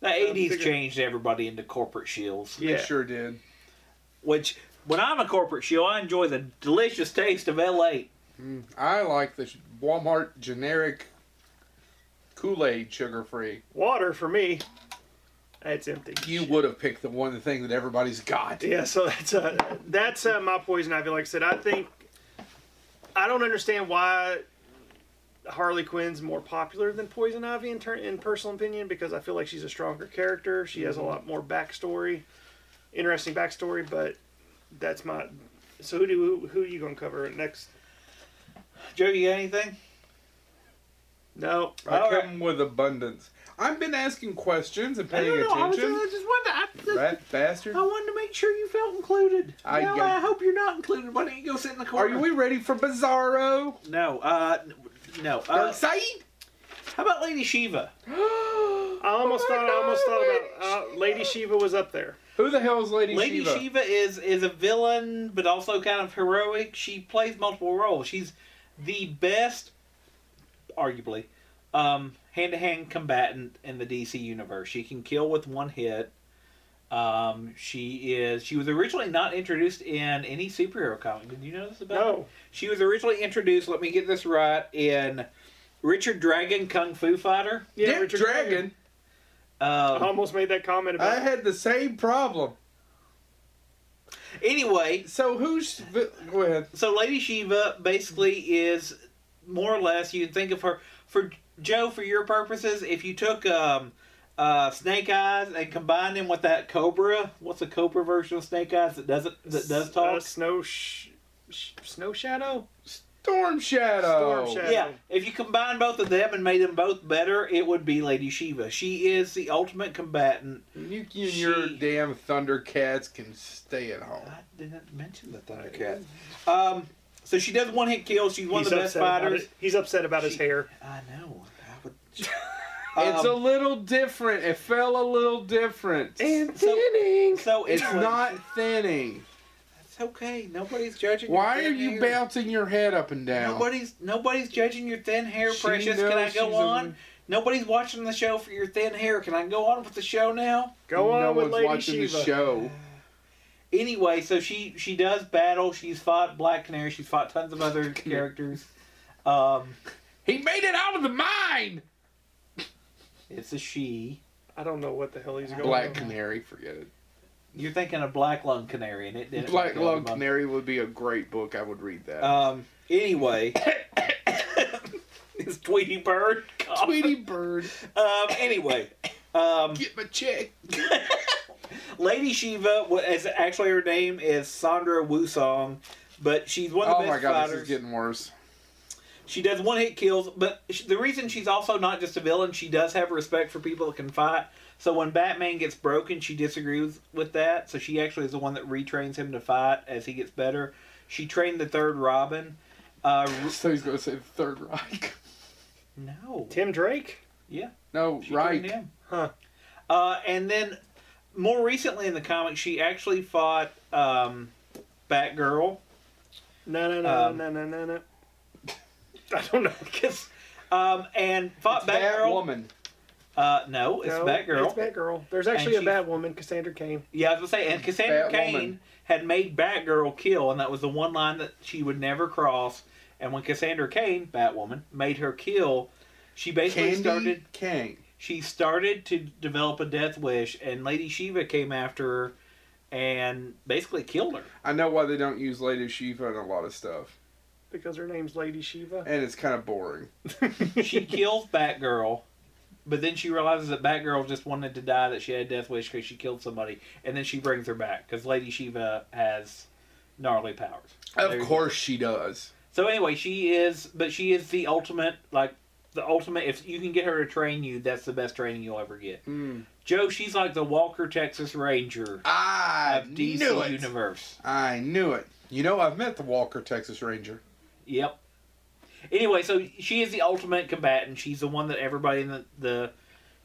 Speaker 3: the '80s
Speaker 2: figure-
Speaker 3: changed everybody into corporate shills.
Speaker 1: They
Speaker 2: Yeah,
Speaker 1: sure did.
Speaker 3: Which, when I'm a corporate shill, I enjoy the delicious taste of L.A.
Speaker 1: I like the sh- Walmart generic Kool Aid sugar free.
Speaker 2: water for me. It's empty.
Speaker 1: You would have picked the one thing that everybody's got.
Speaker 2: Yeah, so that's uh, that's uh, my poison ivy. Like I said, I think I don't understand why Harley Quinn's more popular than Poison Ivy in, turn in personal opinion because I feel like she's a stronger character. She has a lot more backstory, interesting backstory. But that's my. So who do who, who are you gonna cover next?
Speaker 3: Joe, you got anything?
Speaker 2: No,
Speaker 1: I
Speaker 3: All
Speaker 1: come with abundance. I've been asking questions and
Speaker 3: I
Speaker 1: paying
Speaker 3: don't know. I, was,
Speaker 1: attention.
Speaker 3: I just wanted. To, I,
Speaker 1: Rat bastard.
Speaker 3: I wanted to make sure you felt included.
Speaker 1: I
Speaker 3: well,
Speaker 1: got-
Speaker 3: I hope you're not included. Why don't you go sit in the
Speaker 1: Are
Speaker 3: corner?
Speaker 1: you- we ready for Bizarro?
Speaker 3: No. Uh, n- no.
Speaker 1: Dark
Speaker 3: Uh,
Speaker 1: Side?
Speaker 3: how about Lady Shiva?
Speaker 2: I almost
Speaker 1: Oh my
Speaker 2: thought I almost
Speaker 1: God,
Speaker 2: thought
Speaker 1: Lady
Speaker 2: about uh, Lady Shiva was up there.
Speaker 1: Who the hell is Lady,
Speaker 3: Lady Shiva. is is a villain, but also kind of heroic. She plays multiple roles. She's the best, arguably, um, hand-to-hand combatant in the DC universe. She can kill with one hit. Um, she is. She was originally not introduced in any superhero comic. Did you know this about? her?
Speaker 2: No,
Speaker 3: She was originally introduced. Let me get this right. In Richard Dragon Kung Fu Fighter.
Speaker 2: yeah,
Speaker 1: Dick
Speaker 2: Richard
Speaker 1: Dragon.
Speaker 2: Dragon. I
Speaker 3: Um,
Speaker 2: almost made that comment
Speaker 1: I
Speaker 2: about.
Speaker 1: had the same problem.
Speaker 3: anyway,
Speaker 1: So who's. vi- Go ahead.
Speaker 3: So Lady Shiva basically is more or less you can think of her for Joe for your purposes. If you took um, uh, Snake Eyes and combined him with that Cobra, what's a Cobra version of Snake Eyes that doesn't that does
Speaker 2: Uh,
Speaker 3: talk?
Speaker 2: snow, sh- sh- snow shadow.
Speaker 1: Storm Shadow.
Speaker 2: Storm Shadow.
Speaker 3: Yeah, if you combine both of them and made them both better, it would be Lady Shiva. She is the ultimate combatant.
Speaker 1: You and your
Speaker 3: She-
Speaker 1: damn Thundercats can stay at home.
Speaker 3: I didn't mention the Thundercat. Um, so she does one hit kill. She's one of the best
Speaker 2: upset about
Speaker 3: fighters.
Speaker 2: it. He's upset about his
Speaker 3: She-
Speaker 2: hair.
Speaker 3: I know. I would.
Speaker 1: it's a
Speaker 3: Um,
Speaker 1: little different. It felt a little different.
Speaker 2: And
Speaker 3: So-
Speaker 2: thinning.
Speaker 3: so
Speaker 1: it's
Speaker 3: anyway,
Speaker 1: not thinning.
Speaker 3: It's okay. Nobody's judging. your
Speaker 1: Why are
Speaker 3: thin
Speaker 1: you
Speaker 3: hair.
Speaker 1: bouncing your head up and down?
Speaker 3: Nobody's nobody's judging your thin hair,
Speaker 1: She
Speaker 3: precious. Can I
Speaker 1: knows
Speaker 3: go
Speaker 1: she's
Speaker 3: on?
Speaker 1: a-
Speaker 3: Nobody's watching the show for your thin hair. Can I go on with the show now?
Speaker 2: Go on
Speaker 1: no
Speaker 2: with
Speaker 1: one's
Speaker 2: Lady
Speaker 1: watching
Speaker 2: Shiva.
Speaker 1: the show.
Speaker 3: Anyway, so she she does battle. She's fought Black Canary. She's fought tons of other characters. Um,
Speaker 1: He made it out of the mine.
Speaker 3: it's a she.
Speaker 2: I don't know what the hell he's going.
Speaker 1: Black
Speaker 2: on.
Speaker 1: Canary, forget it.
Speaker 3: You're thinking of Black Lung Canary, and it didn't.
Speaker 1: Black
Speaker 3: go
Speaker 1: Love
Speaker 3: above.
Speaker 1: Canary would be a great book. I would read that.
Speaker 3: Um. Anyway, it's Tweety Bird.
Speaker 1: Tweety Bird,
Speaker 3: Um. Anyway. Um.
Speaker 1: get my check.
Speaker 3: Lady Shiva, what is actually her name is Sandra Wusong, but she's one of the
Speaker 1: Oh my
Speaker 3: best
Speaker 1: god, this
Speaker 3: fighters.
Speaker 1: is getting worse.
Speaker 3: she does one hit kills, but sh the reason she's also not just a villain, she does have respect for people that can fight. So when Batman gets broken, she disagrees with that. So she actually is the one that retrains him to fight as he gets better. She trained the third Robin. Uh, re-
Speaker 1: So he's gonna say the Third Reich.
Speaker 3: no.
Speaker 2: Tim Drake.
Speaker 3: Yeah.
Speaker 1: No,
Speaker 3: She
Speaker 1: right.
Speaker 3: trained him.
Speaker 2: Huh.
Speaker 3: Uh, and then more recently in the comic, she actually fought um, Batgirl.
Speaker 2: No, no, no,
Speaker 3: Um,
Speaker 2: no, no, no, no. I don't know.
Speaker 3: Because, um, and fought
Speaker 1: It's that
Speaker 3: Batgirl.
Speaker 1: woman.
Speaker 3: Uh, no, it's
Speaker 2: no,
Speaker 3: Batgirl.
Speaker 2: It's Batgirl. There's actually a
Speaker 3: she-
Speaker 2: Batwoman, Cassandra Cain.
Speaker 3: yeah, I was gonna say, and Cassandra
Speaker 1: Batwoman.
Speaker 3: Cain had made Batgirl kill, and that was the one line that she would never cross. And when Cassandra Cain, Batwoman, made her kill, she basically
Speaker 1: Candy
Speaker 3: started.
Speaker 1: Kang.
Speaker 3: She started to develop a death wish, and Lady Shiva came after her, and basically killed her.
Speaker 1: I know why they don't use Lady Shiva and a lot of stuff,
Speaker 2: Because her name's Lady Shiva.
Speaker 1: and it's kind of boring.
Speaker 3: she kills Batgirl, but then she realizes that Batgirl just wanted to die, that she had a death wish because she killed somebody, and then she brings her back because Lady Shiva has gnarly powers. There
Speaker 1: Of
Speaker 3: you go.
Speaker 1: course she does.
Speaker 3: So anyway, she is, but she is the ultimate, like the ultimate. If you can get her to train you, that's the best training you'll ever get.
Speaker 1: Hmm.
Speaker 3: Joe, she's like the Walker Texas Ranger
Speaker 1: I
Speaker 3: of DC
Speaker 1: knew it.
Speaker 3: Universe.
Speaker 1: I knew it. You know, I've met the Walker Texas Ranger.
Speaker 3: Yep. Anyway, so she is the ultimate combatant. She's the one that everybody in the, the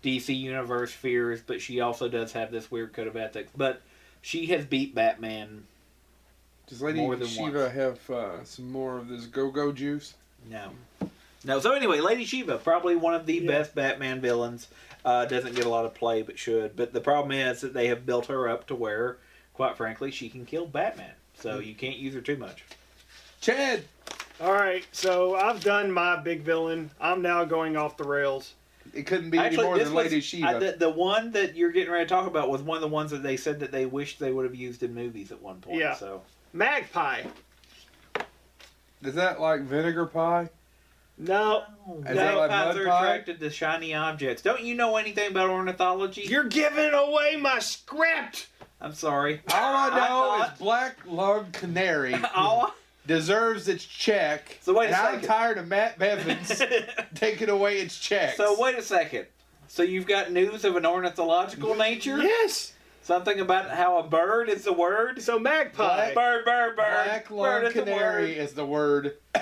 Speaker 3: DC universe fears, but she also does have this weird code of ethics. But she has beat Batman.
Speaker 1: Does Lady
Speaker 3: More than
Speaker 1: Shiva
Speaker 3: once.
Speaker 1: have uh, some more of this go-go juice?
Speaker 3: No. No. So anyway, Lady Shiva, probably one of the
Speaker 2: Yeah.
Speaker 3: best Batman villains. Uh, doesn't get a lot of play, but should. But the problem is that they have built her up to where, quite frankly, she can kill Batman. So you can't use her too much.
Speaker 1: Chad,
Speaker 2: All right, so I've done my big villain. I'm now going off the rails.
Speaker 1: it couldn't be any more
Speaker 3: this
Speaker 1: than Lady
Speaker 3: was-
Speaker 1: Shiva.
Speaker 3: I- the, the one that you're getting ready to talk about was one of the ones that they said that they wished they would have used in movies at one point.
Speaker 2: Yeah.
Speaker 3: So
Speaker 2: Magpie.
Speaker 1: Is that like vinegar pie?
Speaker 2: No,
Speaker 1: Is that like
Speaker 3: magpies
Speaker 1: mud
Speaker 3: are
Speaker 1: pie?
Speaker 3: attracted to shiny objects. Don't you know anything about ornithology?
Speaker 2: you're giving away my script.
Speaker 3: I'm sorry.
Speaker 1: All I know
Speaker 3: thought-
Speaker 1: is Black Lung Canary
Speaker 3: Oh.
Speaker 1: deserves its check.
Speaker 3: So wait a
Speaker 1: and i I'm
Speaker 3: second.
Speaker 1: tired of Matt Bevins taking away its checks.
Speaker 3: so wait a second. So you've got news of an ornithological nature?
Speaker 2: Yes.
Speaker 3: Something about how a bird is the word?
Speaker 2: So Magpie.
Speaker 3: Bird, bird, bird.
Speaker 1: Black
Speaker 3: bird
Speaker 1: Lung
Speaker 3: is the
Speaker 1: Canary
Speaker 3: word.
Speaker 1: is the word.
Speaker 2: So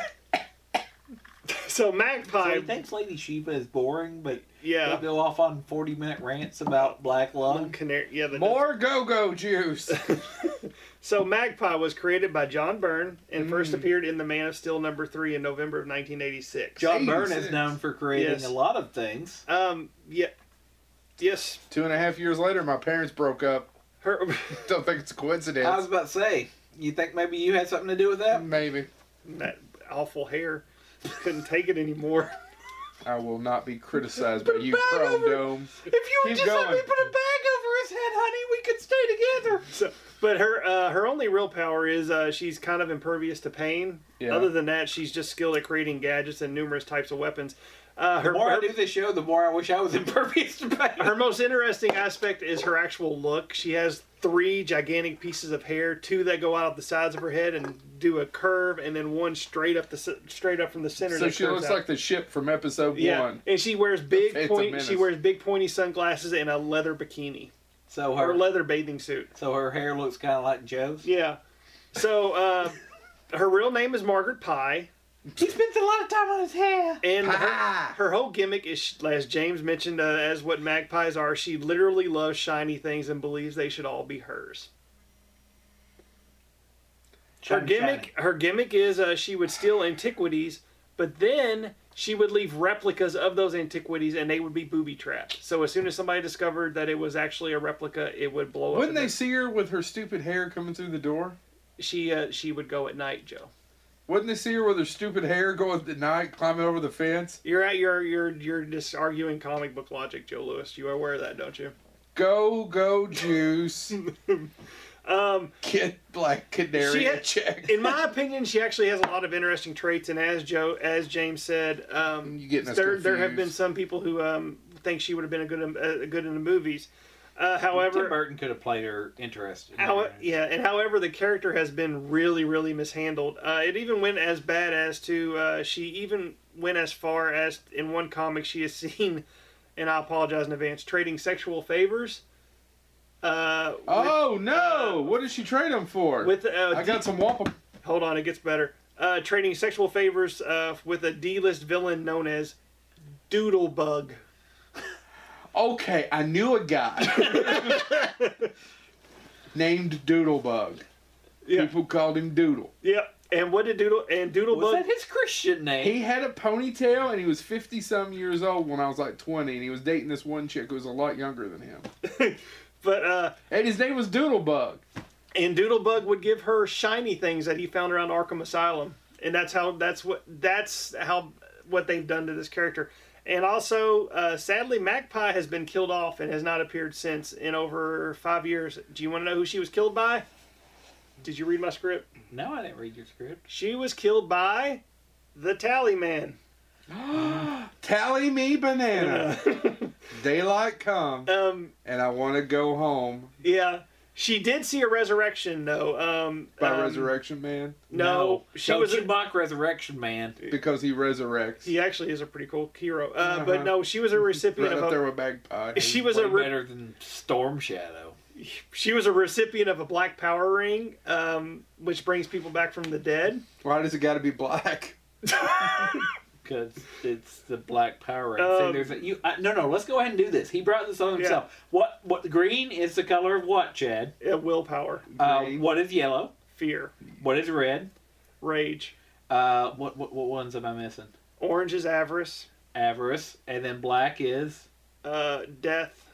Speaker 3: So
Speaker 2: Magpie.
Speaker 3: he thinks Lady Sheba is boring, but they
Speaker 2: yeah.
Speaker 3: go off on 40 minute rants about black
Speaker 2: Lung
Speaker 3: lung.
Speaker 2: Canary. Yeah. The
Speaker 1: More go-go juice.
Speaker 2: So Magpie was created by John Byrne and first
Speaker 1: Mm.
Speaker 2: appeared in The Man of Steel number three in November of 1986.
Speaker 3: John Byrne is
Speaker 1: 86.
Speaker 3: known for creating
Speaker 2: Yes.
Speaker 3: a lot of things.
Speaker 2: Um. Yeah. Yes.
Speaker 1: Two and a half years later, my parents broke up.
Speaker 2: Her.
Speaker 1: Don't think it's a coincidence.
Speaker 3: I was about to say, you think maybe you had something to do with
Speaker 2: Mm.
Speaker 3: that?
Speaker 1: Maybe.
Speaker 2: that awful hair. Couldn't take it anymore.
Speaker 1: I will not be criticized by you,
Speaker 3: Back
Speaker 1: Chrome
Speaker 3: over.
Speaker 1: Dome.
Speaker 3: If you would
Speaker 1: Keep
Speaker 3: just let me
Speaker 1: going.
Speaker 3: put a bag over his head, honey, we we could stay together.
Speaker 2: So, but her uh, her only real power is uh, she's kind of impervious to pain.
Speaker 1: Yeah.
Speaker 2: Other than that, she's just skilled at creating gadgets and numerous types of weapons. Uh, her
Speaker 3: The more I
Speaker 2: her-
Speaker 3: do this show, the more I wish I was impervious to pain.
Speaker 2: her most interesting aspect is her actual look. She has three gigantic pieces of hair, two that go out the sides of her head and do a curve, and then one straight up the s- straight up from the center.
Speaker 1: So
Speaker 2: that
Speaker 1: she
Speaker 2: curves
Speaker 1: looks
Speaker 2: out.
Speaker 1: like the ship from episode
Speaker 2: yeah,
Speaker 1: one.
Speaker 2: and she wears big
Speaker 1: Phantom
Speaker 2: point. She
Speaker 1: Menace.
Speaker 2: wears big pointy sunglasses and a leather bikini
Speaker 3: So
Speaker 2: or
Speaker 3: her
Speaker 2: leather bathing suit.
Speaker 3: so her hair looks kind of like Joe's.
Speaker 2: Yeah. So uh, her real name is Margaret Pye,
Speaker 3: He spends a lot of time on his hair.
Speaker 2: and
Speaker 1: Pye.
Speaker 2: her, her whole gimmick is, sh- as James mentioned, uh, as what magpies are. She literally loves shiny things and believes they should all be hers. Her gimmick, her gimmick is uh, she would steal antiquities, but then she would leave replicas of those antiquities, and they would be booby trapped. So as soon as somebody discovered that it was actually a replica, it would blow up.
Speaker 1: Wouldn't they
Speaker 2: and
Speaker 1: see her with her stupid hair coming through the door?
Speaker 2: then She uh, she would go at night, Joe.
Speaker 1: Wouldn't they see her with her stupid hair going at night, climbing over the fence?
Speaker 2: You're at your you're you're just arguing comic book logic, Joe Lewis. You are aware of that, don't you?
Speaker 1: Go, go, juice.
Speaker 2: Um,
Speaker 1: Get Black Canary
Speaker 2: She
Speaker 1: a
Speaker 2: had-
Speaker 1: check.
Speaker 2: in my opinion, she actually has a lot of interesting traits, and as Joe as James said, um,
Speaker 1: You're getting us
Speaker 2: there there have been
Speaker 1: confused.
Speaker 2: some people who um, think she would have been a good uh, good in the movies. Uh,
Speaker 3: Tim
Speaker 2: however,
Speaker 3: Burton could have played her interest. in
Speaker 2: How,
Speaker 3: that.
Speaker 2: yeah, and however, the character has been really, really mishandled. Uh, it even went as bad as to uh, she even went as far as in one comic she is seen, and I apologize in advance, trading sexual favors. Uh, with-
Speaker 1: Oh no! what did she trade him for?
Speaker 2: with, uh,
Speaker 1: I got some wampum.
Speaker 2: hold on, it gets better. Uh, trading sexual favors uh, with a D-list villain known as Doodlebug.
Speaker 1: Okay, I knew a guy named Doodlebug.
Speaker 2: Yeah.
Speaker 1: People called him Doodle.
Speaker 2: Yep. And what did Doodle and
Speaker 3: Was
Speaker 2: Doodlebug?
Speaker 3: that his Christian name?
Speaker 1: He had a ponytail and he was 50 some years old when I was like 20, and he was dating this one chick who was a lot younger than him.
Speaker 2: but uh,
Speaker 1: And his name was Doodlebug.
Speaker 2: And Doodlebug would give her shiny things that he found around Arkham Asylum, and that's how that's what that's how what they've done to this character. And also, uh, sadly, Magpie has been killed off and has not appeared since in over five years. Do you want to know who she was killed by? Did you read my script?
Speaker 3: no, I didn't read your script.
Speaker 2: She was killed by the Tally Man.
Speaker 1: Tally me banana. Daylight come,
Speaker 2: Um,
Speaker 1: and I want to go home.
Speaker 2: yeah, she did see a resurrection though. Um,
Speaker 1: By
Speaker 2: um,
Speaker 1: Resurrection Man,
Speaker 2: No, she
Speaker 3: Don't
Speaker 2: was
Speaker 3: you
Speaker 2: a-
Speaker 3: mock Resurrection Man.
Speaker 1: because he resurrects.
Speaker 2: He actually is a pretty cool hero. Uh,
Speaker 1: Uh-huh.
Speaker 2: But no, she was a recipient
Speaker 1: right
Speaker 2: of
Speaker 1: up
Speaker 2: a,
Speaker 1: there with Magpie.
Speaker 2: she was
Speaker 3: Way
Speaker 2: a re-
Speaker 3: better than Storm Shadow.
Speaker 2: She was a recipient of a black power ring, um, which brings people back from the dead.
Speaker 1: Why does it got to be black?
Speaker 3: Because it's the Black Power Ranger.
Speaker 2: Um,
Speaker 3: See, there's a, you, I, no, no. Let's go ahead and do this. He brought this on himself. What? What? Green is the color of what, Chad?
Speaker 2: Uh, willpower,
Speaker 3: Uh,
Speaker 1: Green.
Speaker 3: what is yellow?
Speaker 2: fear,
Speaker 3: What is red?
Speaker 2: rage.
Speaker 3: Uh, what, what? What ones am I missing?
Speaker 2: Orange is avarice,
Speaker 3: Avarice, and then black is
Speaker 2: uh, death,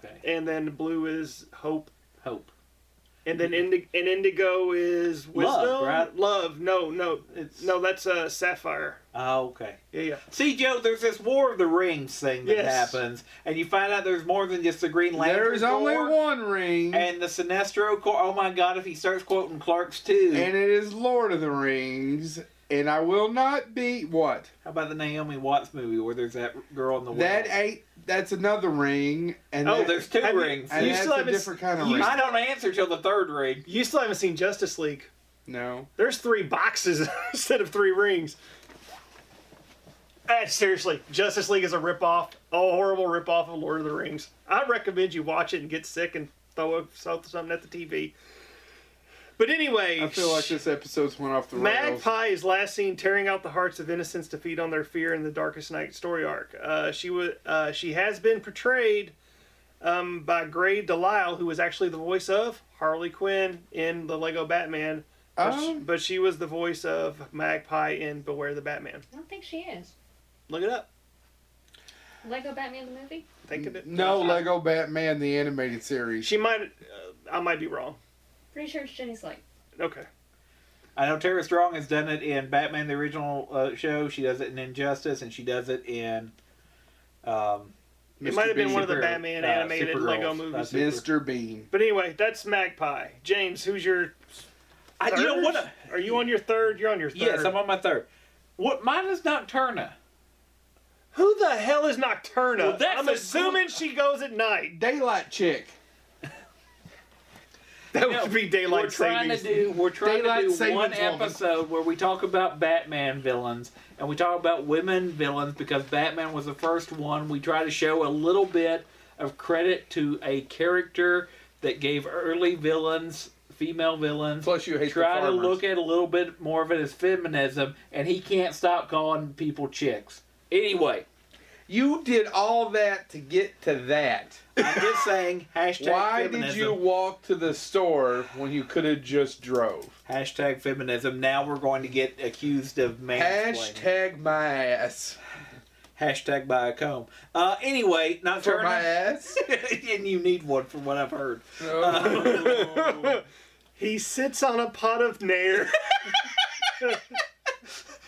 Speaker 3: okay.
Speaker 2: and then blue is hope,
Speaker 3: Hope.
Speaker 2: and then indi- and indigo is wisdom.
Speaker 3: Love, right?
Speaker 2: Love. No, no,
Speaker 3: It's
Speaker 2: no. That's uh, sapphire.
Speaker 3: Oh, okay.
Speaker 2: Yeah, yeah.
Speaker 3: See, Joe, there's this War of the Rings thing that
Speaker 2: Yes.
Speaker 3: happens, and you find out there's more than just the Green Lantern.
Speaker 1: There's only
Speaker 3: Corps
Speaker 1: one ring, and,
Speaker 3: And the Sinestro Corps. Oh my God! If he starts quoting Clark's too,
Speaker 1: it is Lord of the Rings. And I will not be what
Speaker 3: how about the Naomi Watts movie where there's that girl in the
Speaker 1: that
Speaker 3: well?
Speaker 1: ain't. That's another ring. And
Speaker 3: Oh,
Speaker 1: that-
Speaker 3: there's two
Speaker 2: I mean,
Speaker 3: rings.
Speaker 1: And
Speaker 2: You
Speaker 1: that's
Speaker 2: still
Speaker 1: a
Speaker 2: haven't s-
Speaker 1: different kind of
Speaker 2: you-
Speaker 1: ring.
Speaker 3: I don't answer till the third ring.
Speaker 2: You still haven't seen Justice League.
Speaker 1: No,
Speaker 2: There's three boxes instead of three rings. Eh, seriously, Justice League is a ripoff, a horrible ripoff of Lord of the Rings. I recommend you watch it and get sick and throw a- throw something at the TV. But anyway,
Speaker 1: I feel like this episode's went off the rails.
Speaker 2: Magpie is last seen tearing out the hearts of innocents to feed on their fear in the Darkest Night story arc. Uh, she was uh, she has been portrayed um, by Gray Delisle, who was actually the voice of Harley Quinn in the Lego Batman. But, sh-
Speaker 1: Oh.
Speaker 2: but she was the voice of Magpie in Beware the Batman.
Speaker 4: I don't think she is.
Speaker 2: Look it up.
Speaker 4: Lego Batman the movie?
Speaker 2: Think of it.
Speaker 1: No Lego Batman the animated series.
Speaker 2: She might. Uh, I might be wrong.
Speaker 4: Pretty sure it's Jenny Slate.
Speaker 2: Okay.
Speaker 3: I know Tara Strong has done it in Batman the original uh, show. She does it in Injustice, and she does it in um,
Speaker 2: It might have been one of the
Speaker 3: Super-
Speaker 2: Batman
Speaker 3: uh,
Speaker 2: animated
Speaker 3: Supergirls.
Speaker 2: Lego
Speaker 3: That's
Speaker 2: movies.
Speaker 3: it.
Speaker 1: Mr. Bean.
Speaker 2: But anyway, that's Magpie. James, who's your
Speaker 3: I,
Speaker 2: third?
Speaker 3: you know what? I-
Speaker 2: Are you on your third? You're on your third.
Speaker 3: Yes, I'm on my third. What mine is Nocturna.
Speaker 2: Who the hell is Nocturna?
Speaker 3: Well, that's
Speaker 2: I'm
Speaker 3: a-
Speaker 2: assuming she goes at night.
Speaker 1: Daylight chick.
Speaker 2: That
Speaker 3: No,
Speaker 2: would be
Speaker 3: we're
Speaker 2: daylight
Speaker 3: trying
Speaker 2: savings.
Speaker 3: to do we're trying
Speaker 1: Daylight
Speaker 3: to do
Speaker 1: savings
Speaker 3: one
Speaker 1: woman.
Speaker 3: episode where we talk about Batman villains and we talk about women villains because Batman was the first one. We try to show a little bit of credit to a character that gave early villains, female villains.
Speaker 1: Plus, you hate
Speaker 3: try
Speaker 1: the
Speaker 3: to
Speaker 1: farmers.
Speaker 3: look at a little bit more of it as feminism, and he can't stop calling people chicks. Anyway,
Speaker 1: You did all that to get to that.
Speaker 3: I'm just saying hashtag
Speaker 1: Why
Speaker 3: feminism.
Speaker 1: did you walk to the store when you could have just drove?
Speaker 3: Hashtag feminism. Now we're going to get accused of mansplaining.
Speaker 1: Hashtag my ass.
Speaker 3: Hashtag by a comb. Uh, anyway, not
Speaker 1: For my
Speaker 3: turning.
Speaker 1: ass?
Speaker 3: and you need one from what I've heard.
Speaker 2: Oh.
Speaker 1: No.
Speaker 2: He sits on a pot of nair.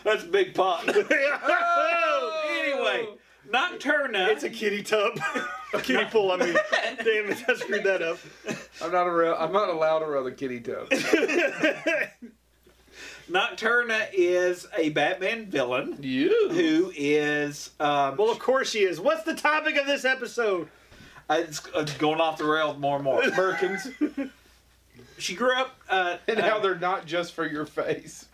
Speaker 3: That's a big pot.
Speaker 1: Oh,
Speaker 3: anyway, Nocturna.
Speaker 2: it's a kitty tub. kitty pool, I mean. Damn it, I screwed that up.
Speaker 1: I'm not a real, I'm not allowed around the kitty tub.
Speaker 3: Nocturna is a Batman villain
Speaker 1: You.
Speaker 3: who is um,
Speaker 2: Well, of course she is. What's the topic of this episode?
Speaker 3: it's, it's going off the rails more and more.
Speaker 1: Merkins.
Speaker 3: She grew up. Uh,
Speaker 1: And
Speaker 3: uh,
Speaker 1: how they're not just for your face.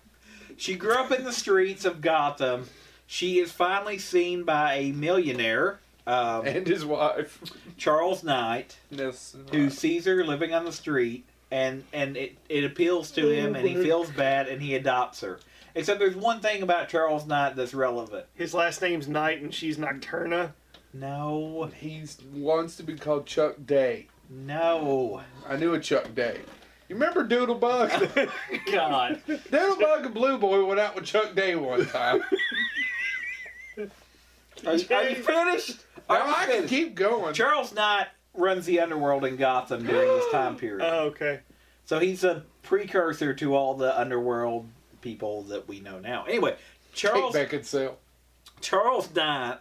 Speaker 3: She grew up in the streets of Gotham. She is finally seen by a millionaire, um,
Speaker 1: And his wife.
Speaker 3: Charles Knight,
Speaker 1: Yes.
Speaker 3: who sees her living on the street, and and it, it appeals to him, and he feels bad, and he adopts her. Except there's one thing about Charles Knight that's relevant.
Speaker 2: His last name's Knight and she's Nocturna.
Speaker 3: No,
Speaker 1: He wants to be called Chuck Day.
Speaker 3: no,
Speaker 1: I knew a Chuck Day. You remember Doodlebug?
Speaker 3: God,
Speaker 1: Doodlebug and Blue Boy went out with Chuck Day one time.
Speaker 3: are, you- are you finished? Are
Speaker 1: Now
Speaker 3: you
Speaker 1: I can
Speaker 3: finished?
Speaker 1: keep going.
Speaker 3: Charles Knight runs the underworld in Gotham during this time period.
Speaker 2: Oh, okay.
Speaker 3: So he's a precursor to all the underworld people that we know now. Anyway,
Speaker 1: Take
Speaker 3: Charles
Speaker 1: back and sell.
Speaker 3: Charles Knight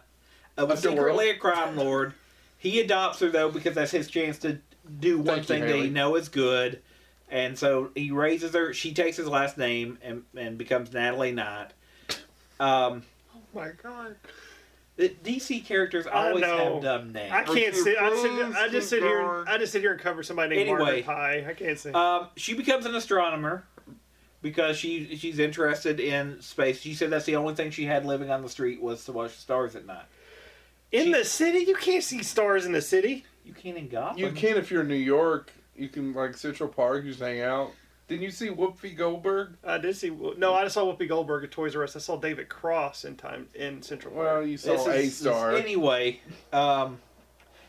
Speaker 3: uh, was
Speaker 1: Underworld.
Speaker 3: secretly a crime lord. He adopts her though because that's his chance to do one
Speaker 1: Thank you,
Speaker 3: thing that he
Speaker 1: Haley.
Speaker 3: know is good, and so he raises her. She takes his last name and and becomes Natalie Knight. Um,
Speaker 2: Oh my god.
Speaker 3: the DC characters always
Speaker 2: know.
Speaker 3: have dumb
Speaker 2: I
Speaker 3: names.
Speaker 2: can't
Speaker 1: you
Speaker 2: sit I,
Speaker 1: please
Speaker 2: sit. I just sit
Speaker 1: keep
Speaker 2: here.
Speaker 1: going?
Speaker 2: I just sit here and cover somebody named
Speaker 3: Anyway.
Speaker 2: Margaret Pie. I can't say.
Speaker 3: Um, she becomes an astronomer because she she's interested in space. She said that's the only thing she had living on the street was to watch the stars at night.
Speaker 2: in
Speaker 3: she-
Speaker 2: the city, you can't see stars in the city.
Speaker 3: You can't in Gotham.
Speaker 1: You can if you're in New York. You can like Central Park. You just hang out. Didn't you see Whoopi Goldberg?
Speaker 2: I did see. No, I saw Whoopi Goldberg at Toys R Us. I saw David Cross in time in Central Park.
Speaker 1: Well, you
Speaker 3: This
Speaker 1: saw
Speaker 3: is-
Speaker 1: A
Speaker 3: this-
Speaker 1: Star.
Speaker 3: anyway, um,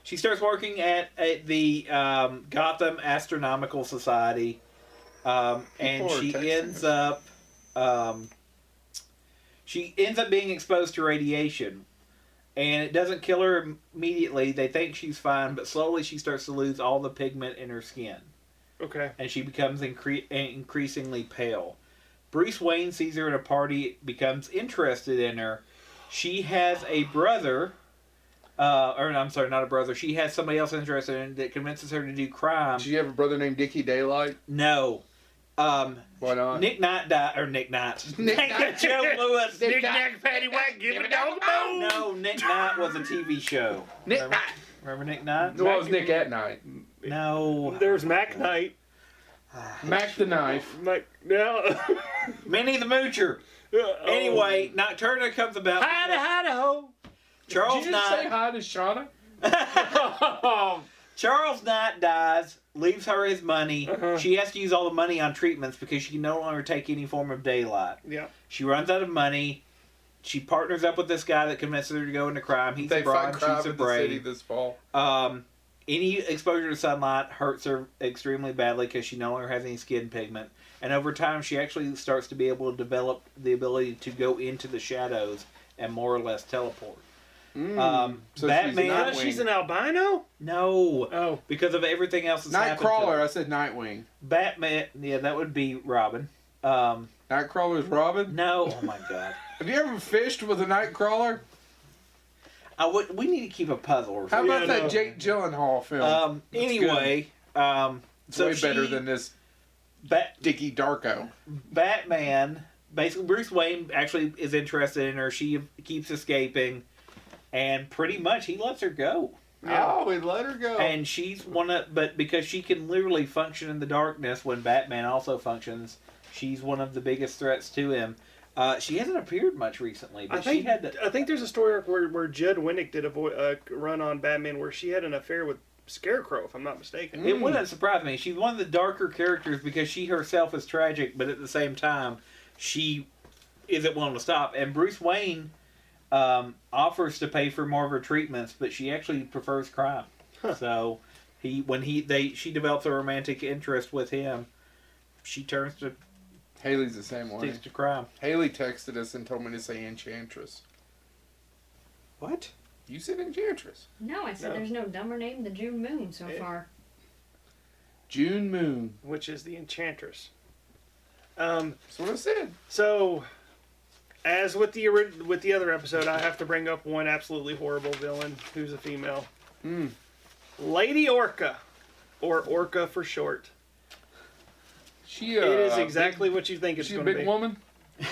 Speaker 3: she starts working at, at the um, Gotham Astronomical Society, um, and
Speaker 1: People are
Speaker 3: she
Speaker 1: texting
Speaker 3: ends
Speaker 1: us.
Speaker 3: up um, she ends up being exposed to radiation, and it doesn't kill her immediately. They think she's fine, but slowly she starts to lose all the pigment in her skin
Speaker 2: okay.
Speaker 3: and she becomes incre- increasingly pale. Bruce Wayne sees her at a party, becomes interested in her. She has a brother, uh, or I'm sorry, not a brother. She has somebody else interested in that convinces her to do crime.
Speaker 1: Did you have a brother named Dickie Daylight?
Speaker 3: No. Um,
Speaker 1: Why not?
Speaker 3: Nick Knight died, or Nick Knight.
Speaker 1: Nick
Speaker 3: Thank you,
Speaker 1: Knight.
Speaker 3: Joe Lewis.
Speaker 1: Nick
Speaker 2: Nick
Speaker 1: Knight.
Speaker 2: Knack, Patty Whack, give a dog a bone.
Speaker 3: No, Nick Knight was a TV show.
Speaker 1: Nick
Speaker 3: remember,
Speaker 1: Knight.
Speaker 3: Remember Nick Knight?
Speaker 1: No, it was Nick at night.
Speaker 3: No.
Speaker 2: There was Mac Knight.
Speaker 1: Mac the Knife.
Speaker 2: Mac. No.
Speaker 3: Minnie the Moocher.
Speaker 1: Oh.
Speaker 3: Anyway, Nocturna comes about.
Speaker 2: Hide a hide a hoe.
Speaker 3: Charles
Speaker 1: Did you just
Speaker 3: Knight.
Speaker 1: say hi to Shauna?
Speaker 3: Charles Knight dies, leaves her his money.
Speaker 2: Uh-huh.
Speaker 3: She has to use all the money on treatments because she can no longer take any form of daylight.
Speaker 2: Yeah.
Speaker 3: She runs out of money. She partners up with this guy that convinces her to go into crime. He's
Speaker 1: They
Speaker 3: a
Speaker 1: fought
Speaker 3: bribe,
Speaker 1: crime
Speaker 3: she's a
Speaker 1: in the city
Speaker 3: brave.
Speaker 1: this fall.
Speaker 3: Um, any exposure to sunlight hurts her extremely badly because she no longer has any skin pigment. And over time, she actually starts to be able to develop the ability to go into the shadows and more or less teleport. Um,
Speaker 1: So she's
Speaker 3: Batman,
Speaker 1: not-
Speaker 2: Uh, Mm. she's an albino.
Speaker 3: no,
Speaker 2: Oh.
Speaker 3: because of everything else that's happened. to her.
Speaker 1: Nightcrawler. I said Nightwing.
Speaker 3: Batman. Yeah, that would be Robin. Um,
Speaker 1: Nightcrawler's Robin.
Speaker 3: no, oh my god,
Speaker 1: Have you ever fished with a Nightcrawler?
Speaker 3: I would, we need to keep a puzzle. Or
Speaker 1: How
Speaker 3: something.
Speaker 1: about
Speaker 2: Yeah,
Speaker 1: that
Speaker 2: no.
Speaker 1: Jake Gyllenhaal film?
Speaker 3: Um,
Speaker 1: That's
Speaker 3: anyway, um,
Speaker 1: it's
Speaker 3: so
Speaker 1: way better
Speaker 3: she-
Speaker 1: than this
Speaker 3: Ba-
Speaker 1: Dickie Darko.
Speaker 3: Batman, basically, Bruce Wayne actually is interested in her. She keeps escaping, and pretty much he lets her go.
Speaker 2: Yeah.
Speaker 1: Oh, we let her go.
Speaker 3: And she's one of, but because she can literally function in the darkness when Batman also functions, she's one of the biggest threats to him. Uh, she hasn't appeared much recently, but
Speaker 2: I think
Speaker 3: she had. To,
Speaker 2: I think there's a story arc where, where Judd Winnick did a vo- uh, run on Batman where she had an affair with Scarecrow, if I'm not mistaken. Mm.
Speaker 3: It wouldn't surprise me. She's one of the darker characters because she herself is tragic, but at the same time, she isn't willing to stop. And Bruce Wayne um, offers to pay for more of her treatments, but she actually prefers crime. So he, when he they she develops a romantic interest with him, she turns to
Speaker 1: Haley's the same way.
Speaker 3: sticks to crime.
Speaker 1: Haley texted us and told me to say Enchantress.
Speaker 3: What?
Speaker 1: You said Enchantress.
Speaker 4: No, I said
Speaker 2: No.
Speaker 4: there's no dumber name than June Moon so
Speaker 2: Yeah.
Speaker 4: far.
Speaker 1: June Moon.
Speaker 2: which is the Enchantress. Um,
Speaker 1: That's what I said.
Speaker 2: so, as with the ori- with the other episode, I have to bring up one absolutely horrible villain who's a female,
Speaker 1: Hmm.
Speaker 2: Lady Orca, or Orca for short.
Speaker 1: She. Uh,
Speaker 2: it is exactly what you think
Speaker 1: Big,
Speaker 2: it's
Speaker 1: she a
Speaker 2: going to
Speaker 1: big
Speaker 2: be.
Speaker 1: woman.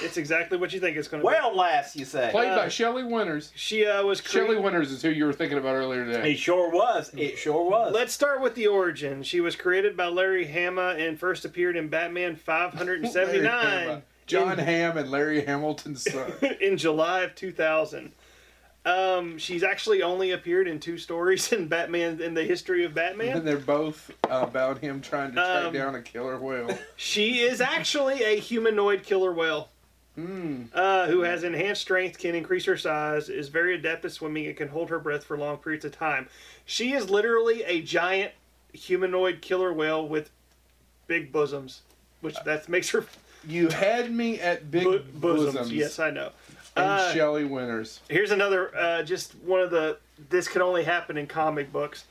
Speaker 2: It's exactly what you think it's going to
Speaker 3: Well, lass, you say.
Speaker 1: Played by
Speaker 2: Uh,
Speaker 1: Shelley Winters.
Speaker 2: be. She uh, was cre-
Speaker 1: Shelley Winters is who you were thinking about earlier
Speaker 3: It
Speaker 1: today.
Speaker 3: sure was. It sure was.
Speaker 2: Let's start with the origin. She was created by Larry Hama and first appeared in Batman
Speaker 1: Larry
Speaker 2: 579
Speaker 1: Hama. John Hamm and Larry Hamilton's son.
Speaker 2: in July of 2000. Um, she's actually only appeared in two stories in Batman in the history of
Speaker 1: and
Speaker 2: Batman.
Speaker 1: they're both about him trying to track
Speaker 2: Um,
Speaker 1: down a killer whale.
Speaker 2: She is actually a humanoid killer whale
Speaker 1: Hmm.
Speaker 2: uh, who has enhanced strength, can increase her size, is very adept at swimming, and can hold her breath for long periods of time. She is literally a giant humanoid killer whale with big bosoms, which that makes her
Speaker 1: You had me at big
Speaker 2: bo- bosoms.
Speaker 1: bosoms,
Speaker 2: Yes, I know.
Speaker 1: and
Speaker 2: Uh,
Speaker 1: Shelley Winters.
Speaker 2: Here's another, uh, just one of the. This could only happen in comic books.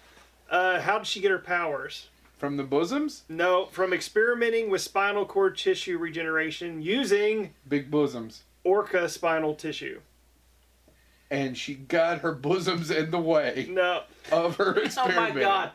Speaker 2: Uh, how did she get her powers?
Speaker 1: From the bosoms,
Speaker 2: No, from experimenting with spinal cord tissue regeneration using
Speaker 1: big bosoms,
Speaker 2: orca spinal tissue.
Speaker 1: and she got her bosoms in the way
Speaker 2: No,
Speaker 1: of her
Speaker 3: Oh my
Speaker 1: experiment.
Speaker 3: god.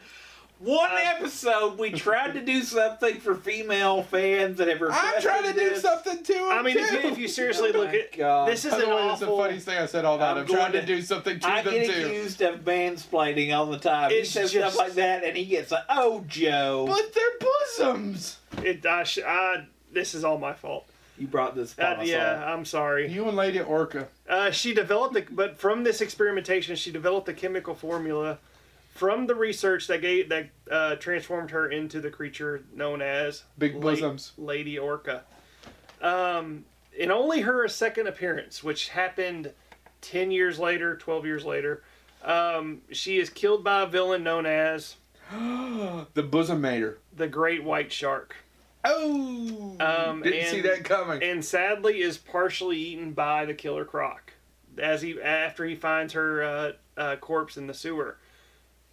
Speaker 3: One
Speaker 2: Uh,
Speaker 3: episode we tried to do something for female fans that have
Speaker 1: I'm
Speaker 3: requested
Speaker 1: trying to do
Speaker 3: this.
Speaker 1: something to him
Speaker 2: I mean,
Speaker 1: too.
Speaker 2: if you, if you seriously
Speaker 3: Oh
Speaker 2: look
Speaker 3: my
Speaker 2: at
Speaker 3: God.
Speaker 2: this, is
Speaker 1: By
Speaker 2: an
Speaker 1: the way, that's the
Speaker 2: awful.
Speaker 1: funniest thing I said all night.
Speaker 3: I'm
Speaker 1: I'm, trying to,
Speaker 3: going to-
Speaker 1: do something to
Speaker 3: I
Speaker 1: them
Speaker 3: get
Speaker 1: too.
Speaker 3: accused of mansplaining all the time.
Speaker 2: It's
Speaker 3: he says
Speaker 2: just-
Speaker 3: stuff like that, and he gets like, "Oh, Joe,
Speaker 1: But they're bosoms.
Speaker 2: It, I, sh- I, this is all my fault.
Speaker 3: you brought this
Speaker 2: Uh,
Speaker 3: upon us
Speaker 2: yeah, I'm sorry.
Speaker 1: You and Lady Orca.
Speaker 2: Uh, she developed, the, but from this experimentation, she developed the chemical formula from the research that gave that uh, transformed her into the creature known as
Speaker 1: Big
Speaker 2: La-
Speaker 1: bosoms.
Speaker 2: Lady Orca. Um, and only her second appearance, which happened ten years later, twelve years later. Um, she is killed by a villain known as
Speaker 1: the bosomator.
Speaker 2: the Great White Shark,
Speaker 1: Oh,
Speaker 2: Um,
Speaker 1: didn't
Speaker 2: and-
Speaker 1: see that coming.
Speaker 2: and sadly is partially eaten by the Killer Croc, as he after he finds her uh, uh, corpse in the sewer.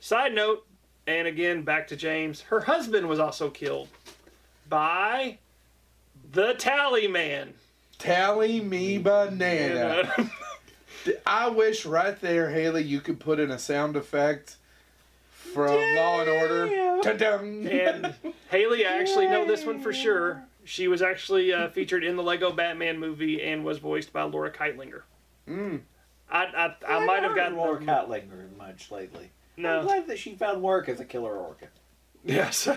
Speaker 2: Side note, and again back to James. Her husband was also killed by the Tally Man. uh,
Speaker 1: Tally me banana. I wish right there, Haley, you could put in a sound effect from Law and Order. Ta-dum.
Speaker 2: And Haley, I actually know this one for sure. She was actually uh, featured in the Lego Batman movie and was voiced by Laura Keitlinger.
Speaker 1: Mm.
Speaker 2: I I, I, might have gotten
Speaker 3: Laura
Speaker 2: the-
Speaker 3: Cutlinger much lately. I'm
Speaker 2: no.
Speaker 3: glad that she found work as a killer orca.
Speaker 2: Yes.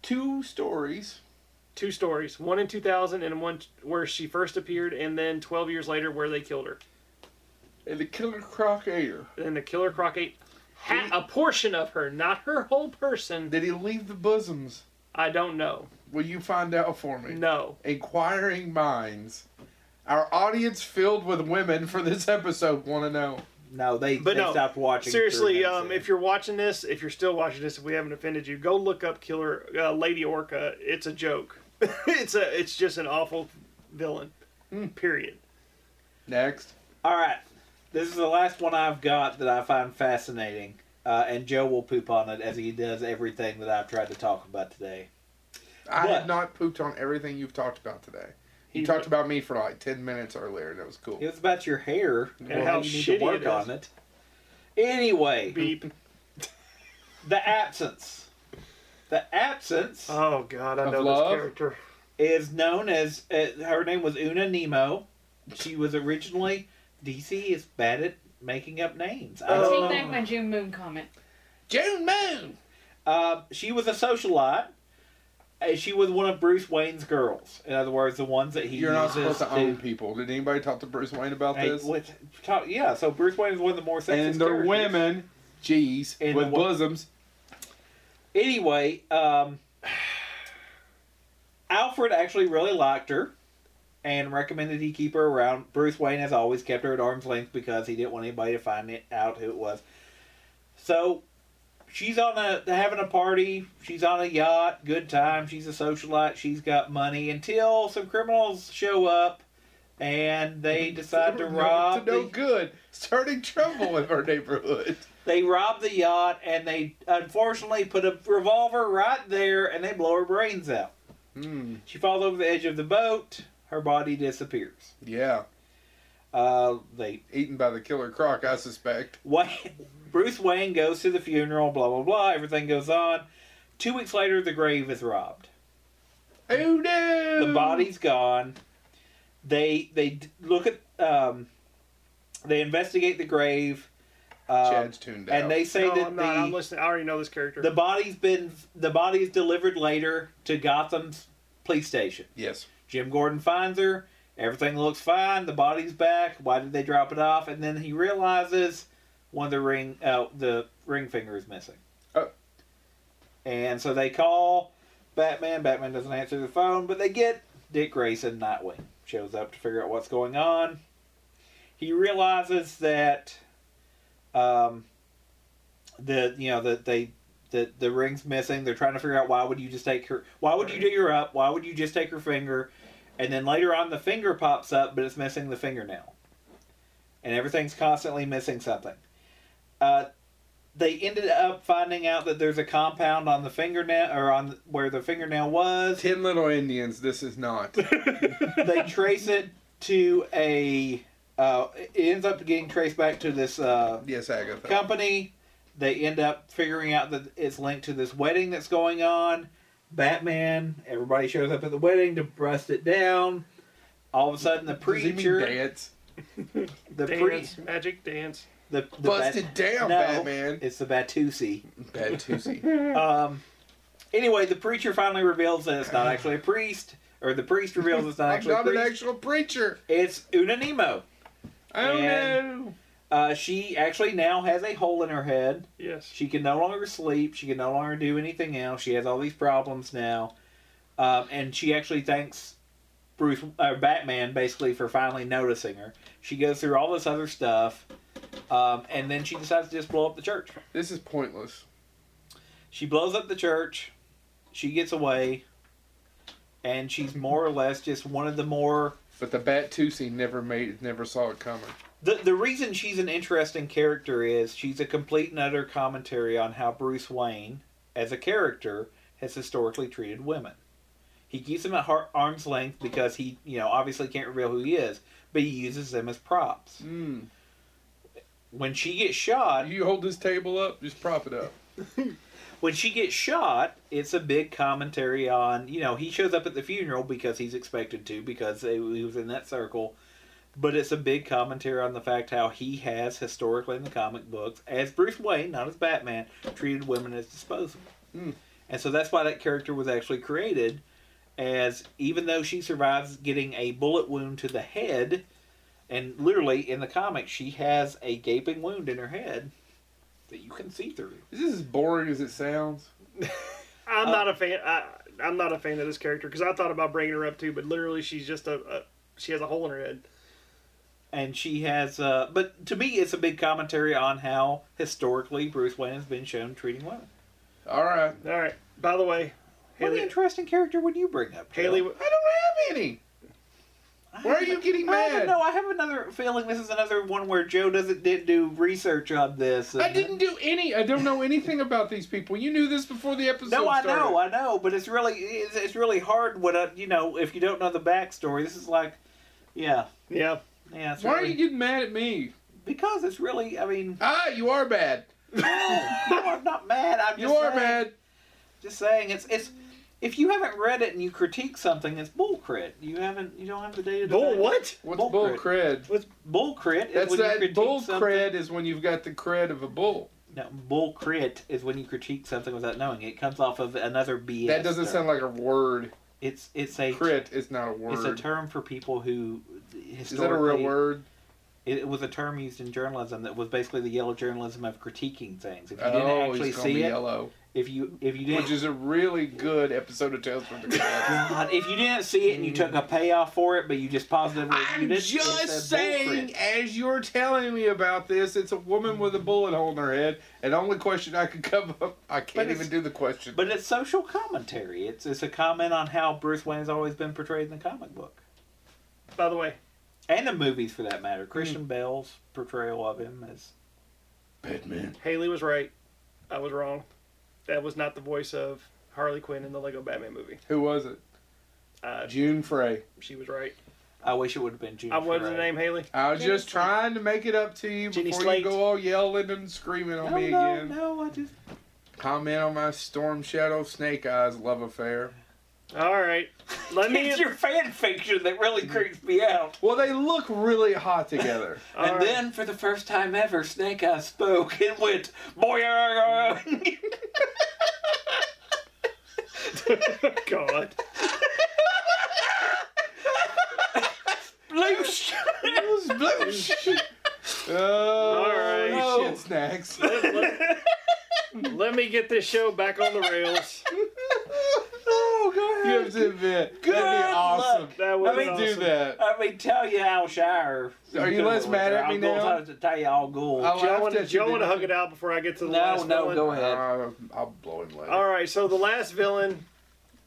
Speaker 1: Two stories.
Speaker 2: Two stories, one in 2000 and one where she first appeared, and then 12 years later where they killed her.
Speaker 1: And the Killer Croc Air.
Speaker 2: And the killer croc ate ha- a portion of her, not her whole person.
Speaker 1: Did he leave the bosoms?
Speaker 2: I don't know.
Speaker 1: Will you find out for me?
Speaker 2: No.
Speaker 1: Inquiring minds. Our audience filled with women for this episode want to know.
Speaker 3: No, they,
Speaker 2: But
Speaker 3: they
Speaker 2: no,
Speaker 3: stopped watching.
Speaker 2: Seriously,
Speaker 3: through
Speaker 2: um,
Speaker 3: that
Speaker 2: if you're watching this, if you're still watching this, if we haven't offended you, go look up Killer uh, Lady Orca. It's a joke. it's a it's just an awful villain. Hmm. Period.
Speaker 1: Next.
Speaker 3: All right. This is the last one I've got that I find fascinating. Uh, and Joe will poop on it as he does everything that I've tried to talk about today.
Speaker 1: I
Speaker 3: What?
Speaker 1: have not pooped on everything you've talked about today. You
Speaker 3: He's-
Speaker 1: talked about me for like ten minutes earlier, and that was cool.
Speaker 3: It was about your hair and
Speaker 2: how
Speaker 3: you need
Speaker 2: shitty
Speaker 3: to work
Speaker 2: it is.
Speaker 3: on it. Anyway,
Speaker 2: Beep.
Speaker 3: the absence. The absence
Speaker 2: Oh God, I
Speaker 1: Of
Speaker 2: know
Speaker 1: love?
Speaker 2: this character.
Speaker 3: is known as uh, her name was Una Nemo. She was originally DC is bad at making up names. I
Speaker 4: I
Speaker 3: don't
Speaker 4: take
Speaker 3: know.
Speaker 4: back my June Moon comment.
Speaker 3: June Moon. Uh, she was a socialite. And she was one of Bruce Wayne's girls. In other words, the ones that he
Speaker 1: You're not
Speaker 3: uses
Speaker 1: supposed to own people. Did anybody talk to Bruce Wayne about
Speaker 3: Hey,
Speaker 1: this?
Speaker 3: what- talk- yeah, so Bruce Wayne is one of the more sexist
Speaker 1: and they're
Speaker 3: characters.
Speaker 1: women. Jeez,
Speaker 3: And
Speaker 1: with
Speaker 3: the wo-
Speaker 1: bosoms.
Speaker 3: Anyway, um, Alfred actually really liked her and recommended he keep her around. Bruce Wayne has always kept her at arm's length because he didn't want anybody to find it out who it was. So she's on a having a party. She's on a yacht. Good time. She's a socialite. She's got money until some criminals show up and they decide to
Speaker 1: No-
Speaker 3: rob.
Speaker 1: Mm-hmm. to no
Speaker 3: the-
Speaker 1: good. Starting trouble in our neighborhood.
Speaker 3: they rob the yacht and they unfortunately put a revolver right there and they blow her brains out.
Speaker 1: Hmm.
Speaker 3: She falls over the edge of the boat. Her body disappears.
Speaker 1: Yeah,
Speaker 3: Uh, they
Speaker 1: eaten by the killer croc, I suspect.
Speaker 3: Wayne, Bruce Wayne goes to the funeral. Blah blah blah. Everything goes on. Two weeks later, the grave is robbed.
Speaker 1: Oh no!
Speaker 3: The body's gone. They they d- look at um, they investigate the grave. Um,
Speaker 1: Chad's tuned out.
Speaker 3: and they say
Speaker 2: No,
Speaker 3: that
Speaker 2: I'm
Speaker 3: the
Speaker 2: not. I'm listening. I already know this character.
Speaker 3: The body's been the body's delivered later to Gotham's police station.
Speaker 1: yes.
Speaker 3: Jim Gordon finds her. Everything looks fine. The body's back. Why did they drop it off? And then he realizes one of the ring uh, the ring finger is missing.
Speaker 1: Oh.
Speaker 3: And so they call Batman. Batman doesn't answer the phone, but they get Dick Grayson Nightwing shows up to figure out what's going on. He realizes that um, the you know that they that the ring's missing. They're trying to figure out why would you just take her? Why would you do her up? Why would you just take her finger? And then later on, the finger pops up, but it's missing the fingernail. And everything's constantly missing something. Uh, they ended up finding out that there's a compound on the fingernail or on where the fingernail was.
Speaker 1: Ten little Indians. This is not.
Speaker 3: they trace it to a. Uh, it ends up getting traced back to this uh,
Speaker 1: yes, Agatha.
Speaker 3: company. They end up figuring out that it's linked to this wedding that's going on. Batman, everybody shows up at the wedding to bust it down. All of a sudden, the
Speaker 1: Does he mean
Speaker 3: preacher,
Speaker 1: dance?
Speaker 3: the pre,
Speaker 2: dance, magic dance.
Speaker 3: the, the
Speaker 1: Busted
Speaker 3: Bat-
Speaker 1: down,
Speaker 3: No,
Speaker 1: Batman.
Speaker 3: It's the Batusi.
Speaker 1: Bad Tuesday.
Speaker 3: Um, anyway, the preacher finally reveals that it's not actually a priest, or the priest reveals it's not
Speaker 1: I'm
Speaker 3: actually a
Speaker 1: not an
Speaker 3: priest.
Speaker 1: actual preacher.
Speaker 3: It's Una Nemo.
Speaker 1: I don't
Speaker 3: And-
Speaker 1: know.
Speaker 3: Uh, she actually now has a hole in her head.
Speaker 2: Yes.
Speaker 3: She can no longer sleep. She can no longer do anything else. She has all these problems now, um, and she actually thanks Bruce uh, Batman basically for finally noticing her. She goes through all this other stuff, um, and then she decides to just blow up the church.
Speaker 1: This is pointless.
Speaker 3: She blows up the church. She gets away, and she's more or less just one of the more
Speaker 1: But the Bat Tuesday never made it. Never saw it coming.
Speaker 3: The, the reason she's an interesting character is she's a complete and utter commentary on how Bruce Wayne, as a character, has historically treated women. He keeps them at har- arm's length because he, you know, obviously can't reveal who he is, but he uses them as props.
Speaker 1: Mm.
Speaker 3: When she gets shot,
Speaker 1: You hold this table up. Just prop it up.
Speaker 3: when she gets shot, it's a big commentary on, you know, he shows up at the funeral because he's expected to because he was in that circle. But it's a big commentary on the fact how he has historically in the comic books, as Bruce Wayne, not as Batman, treated women as disposable.
Speaker 1: Hmm.
Speaker 3: And so that's why that character was actually created, as even though she survives getting a bullet wound to the head, and literally in the comic, she has a gaping wound in her head that you can see through.
Speaker 1: Is this as boring as it sounds?
Speaker 2: I'm
Speaker 3: Uh,
Speaker 2: not a fan. I, I'm not a fan of this character because I thought about bringing her up too, but literally she's just a, a she has a hole in her head.
Speaker 3: and she has uh but to me it's a big commentary on how historically bruce wayne has been shown treating women
Speaker 1: All right.
Speaker 2: All right. By the way,
Speaker 3: what an
Speaker 2: Haley.
Speaker 3: interesting character would you bring up Joe?
Speaker 2: Haley.
Speaker 1: I don't have any. Why are you getting
Speaker 3: I don't
Speaker 1: mad?
Speaker 3: know. I have another feeling. This is another one where Joe doesn't did do research on this.
Speaker 1: I
Speaker 3: and-
Speaker 1: didn't do any. I don't know anything about these people. You knew this before the episode.
Speaker 3: No, I
Speaker 1: started.
Speaker 3: know, I know, but it's really it's, it's really hard when I, you know if you don't know the backstory. This is like, yeah,
Speaker 2: Yeah.
Speaker 3: yeah. It's
Speaker 1: Why are
Speaker 3: really,
Speaker 1: you getting mad at me?
Speaker 3: Because it's really. I mean,
Speaker 1: Ah, you are bad.
Speaker 3: no, I'm not mad. I'm
Speaker 1: You
Speaker 3: just
Speaker 1: are
Speaker 3: saying,
Speaker 1: bad.
Speaker 3: Just saying, it's it's. If you haven't read it and you critique something, it's bull crit. You haven't. You don't have the data. to
Speaker 2: Bull
Speaker 3: back-
Speaker 2: what?
Speaker 1: What's
Speaker 3: Bull
Speaker 1: bull, cred?
Speaker 3: What's bull crit? is
Speaker 1: That's
Speaker 3: when you
Speaker 1: that
Speaker 3: critique
Speaker 1: bull
Speaker 3: something-
Speaker 1: cred is when you've got the cred of a bull.
Speaker 3: No, bull crit is when you critique something without knowing it. It comes off of another BS.
Speaker 1: that doesn't
Speaker 3: term.
Speaker 1: sound like a word.
Speaker 3: It's it's a
Speaker 1: Crit is not a word.
Speaker 3: It's a term for people who
Speaker 1: is that a real
Speaker 3: historically
Speaker 1: word?
Speaker 3: It, it was a term used in journalism that was basically the yellow journalism of critiquing things. If you
Speaker 1: oh,
Speaker 3: didn't actually
Speaker 1: he's gonna be
Speaker 3: see it,
Speaker 1: yellow,
Speaker 3: if you if you didn't,
Speaker 1: which is a really good episode of Tales from the Crypt.
Speaker 3: God, if you didn't see it and you took a payoff for it, but you just positively
Speaker 1: I'm
Speaker 3: viewed it, it's a
Speaker 1: just
Speaker 3: bull
Speaker 1: saying,
Speaker 3: crit.
Speaker 1: as you're telling me about this, it's a woman with a bullet hole in her head, and the only question I could come up, I can't
Speaker 3: it's-
Speaker 1: even do the question.
Speaker 3: But it's social commentary. It's it's a comment on how Bruce Wayne has always been portrayed in the comic book
Speaker 2: By the way,
Speaker 3: and the movies, for that matter. Christian Bale's portrayal of him is
Speaker 1: Batman.
Speaker 2: Haley was right. I was wrong. That was not the voice of Harley Quinn in the Lego Batman movie.
Speaker 1: Who was it?
Speaker 2: Uh,
Speaker 1: June Frey.
Speaker 2: she was right.
Speaker 3: I wish it would have been June.
Speaker 2: I what was
Speaker 3: Foray.
Speaker 2: the name Haley?
Speaker 1: I was
Speaker 4: Jenny
Speaker 1: just
Speaker 4: Slate.
Speaker 1: trying to make it up to you
Speaker 2: Jenny
Speaker 1: before
Speaker 2: Slate.
Speaker 1: you go all yelling and screaming on
Speaker 3: No,
Speaker 1: me
Speaker 3: Oh, no,
Speaker 1: again.
Speaker 3: no. I just
Speaker 1: Comment on my Storm Shadow Snake Eyes love affair.
Speaker 2: All right. Let me.
Speaker 3: it's your fan fiction that really creeps me out.
Speaker 1: Well, they look really hot together.
Speaker 2: All
Speaker 3: and
Speaker 2: right.
Speaker 3: then, for the first time ever, Snake Eyes spoke and went, boy, uh, uh."
Speaker 2: God.
Speaker 3: Bloosh.
Speaker 1: Those blue- Oh,
Speaker 2: Alright.
Speaker 1: shit snacks.
Speaker 2: Let, let- let me get this show back on the rails.
Speaker 3: oh, go
Speaker 1: You
Speaker 3: ahead.
Speaker 1: have to admit,
Speaker 3: Good
Speaker 1: that'd be awesome.
Speaker 3: luck.
Speaker 2: That
Speaker 1: Let
Speaker 2: was
Speaker 1: me
Speaker 2: awesome.
Speaker 1: do that.
Speaker 3: I mean, tell you how Shire.
Speaker 1: Are you less mad at me now?
Speaker 3: I to tell you all gold.
Speaker 1: I'll-
Speaker 2: Joe
Speaker 1: laughed
Speaker 2: want to
Speaker 1: at you,
Speaker 2: Joe want to
Speaker 1: didn't
Speaker 2: hug
Speaker 1: you?
Speaker 2: it out before I get to the
Speaker 3: no,
Speaker 2: last
Speaker 3: no,
Speaker 2: villain?
Speaker 3: go ahead.
Speaker 1: Uh, I'll blow him later.
Speaker 2: All right. So the last villain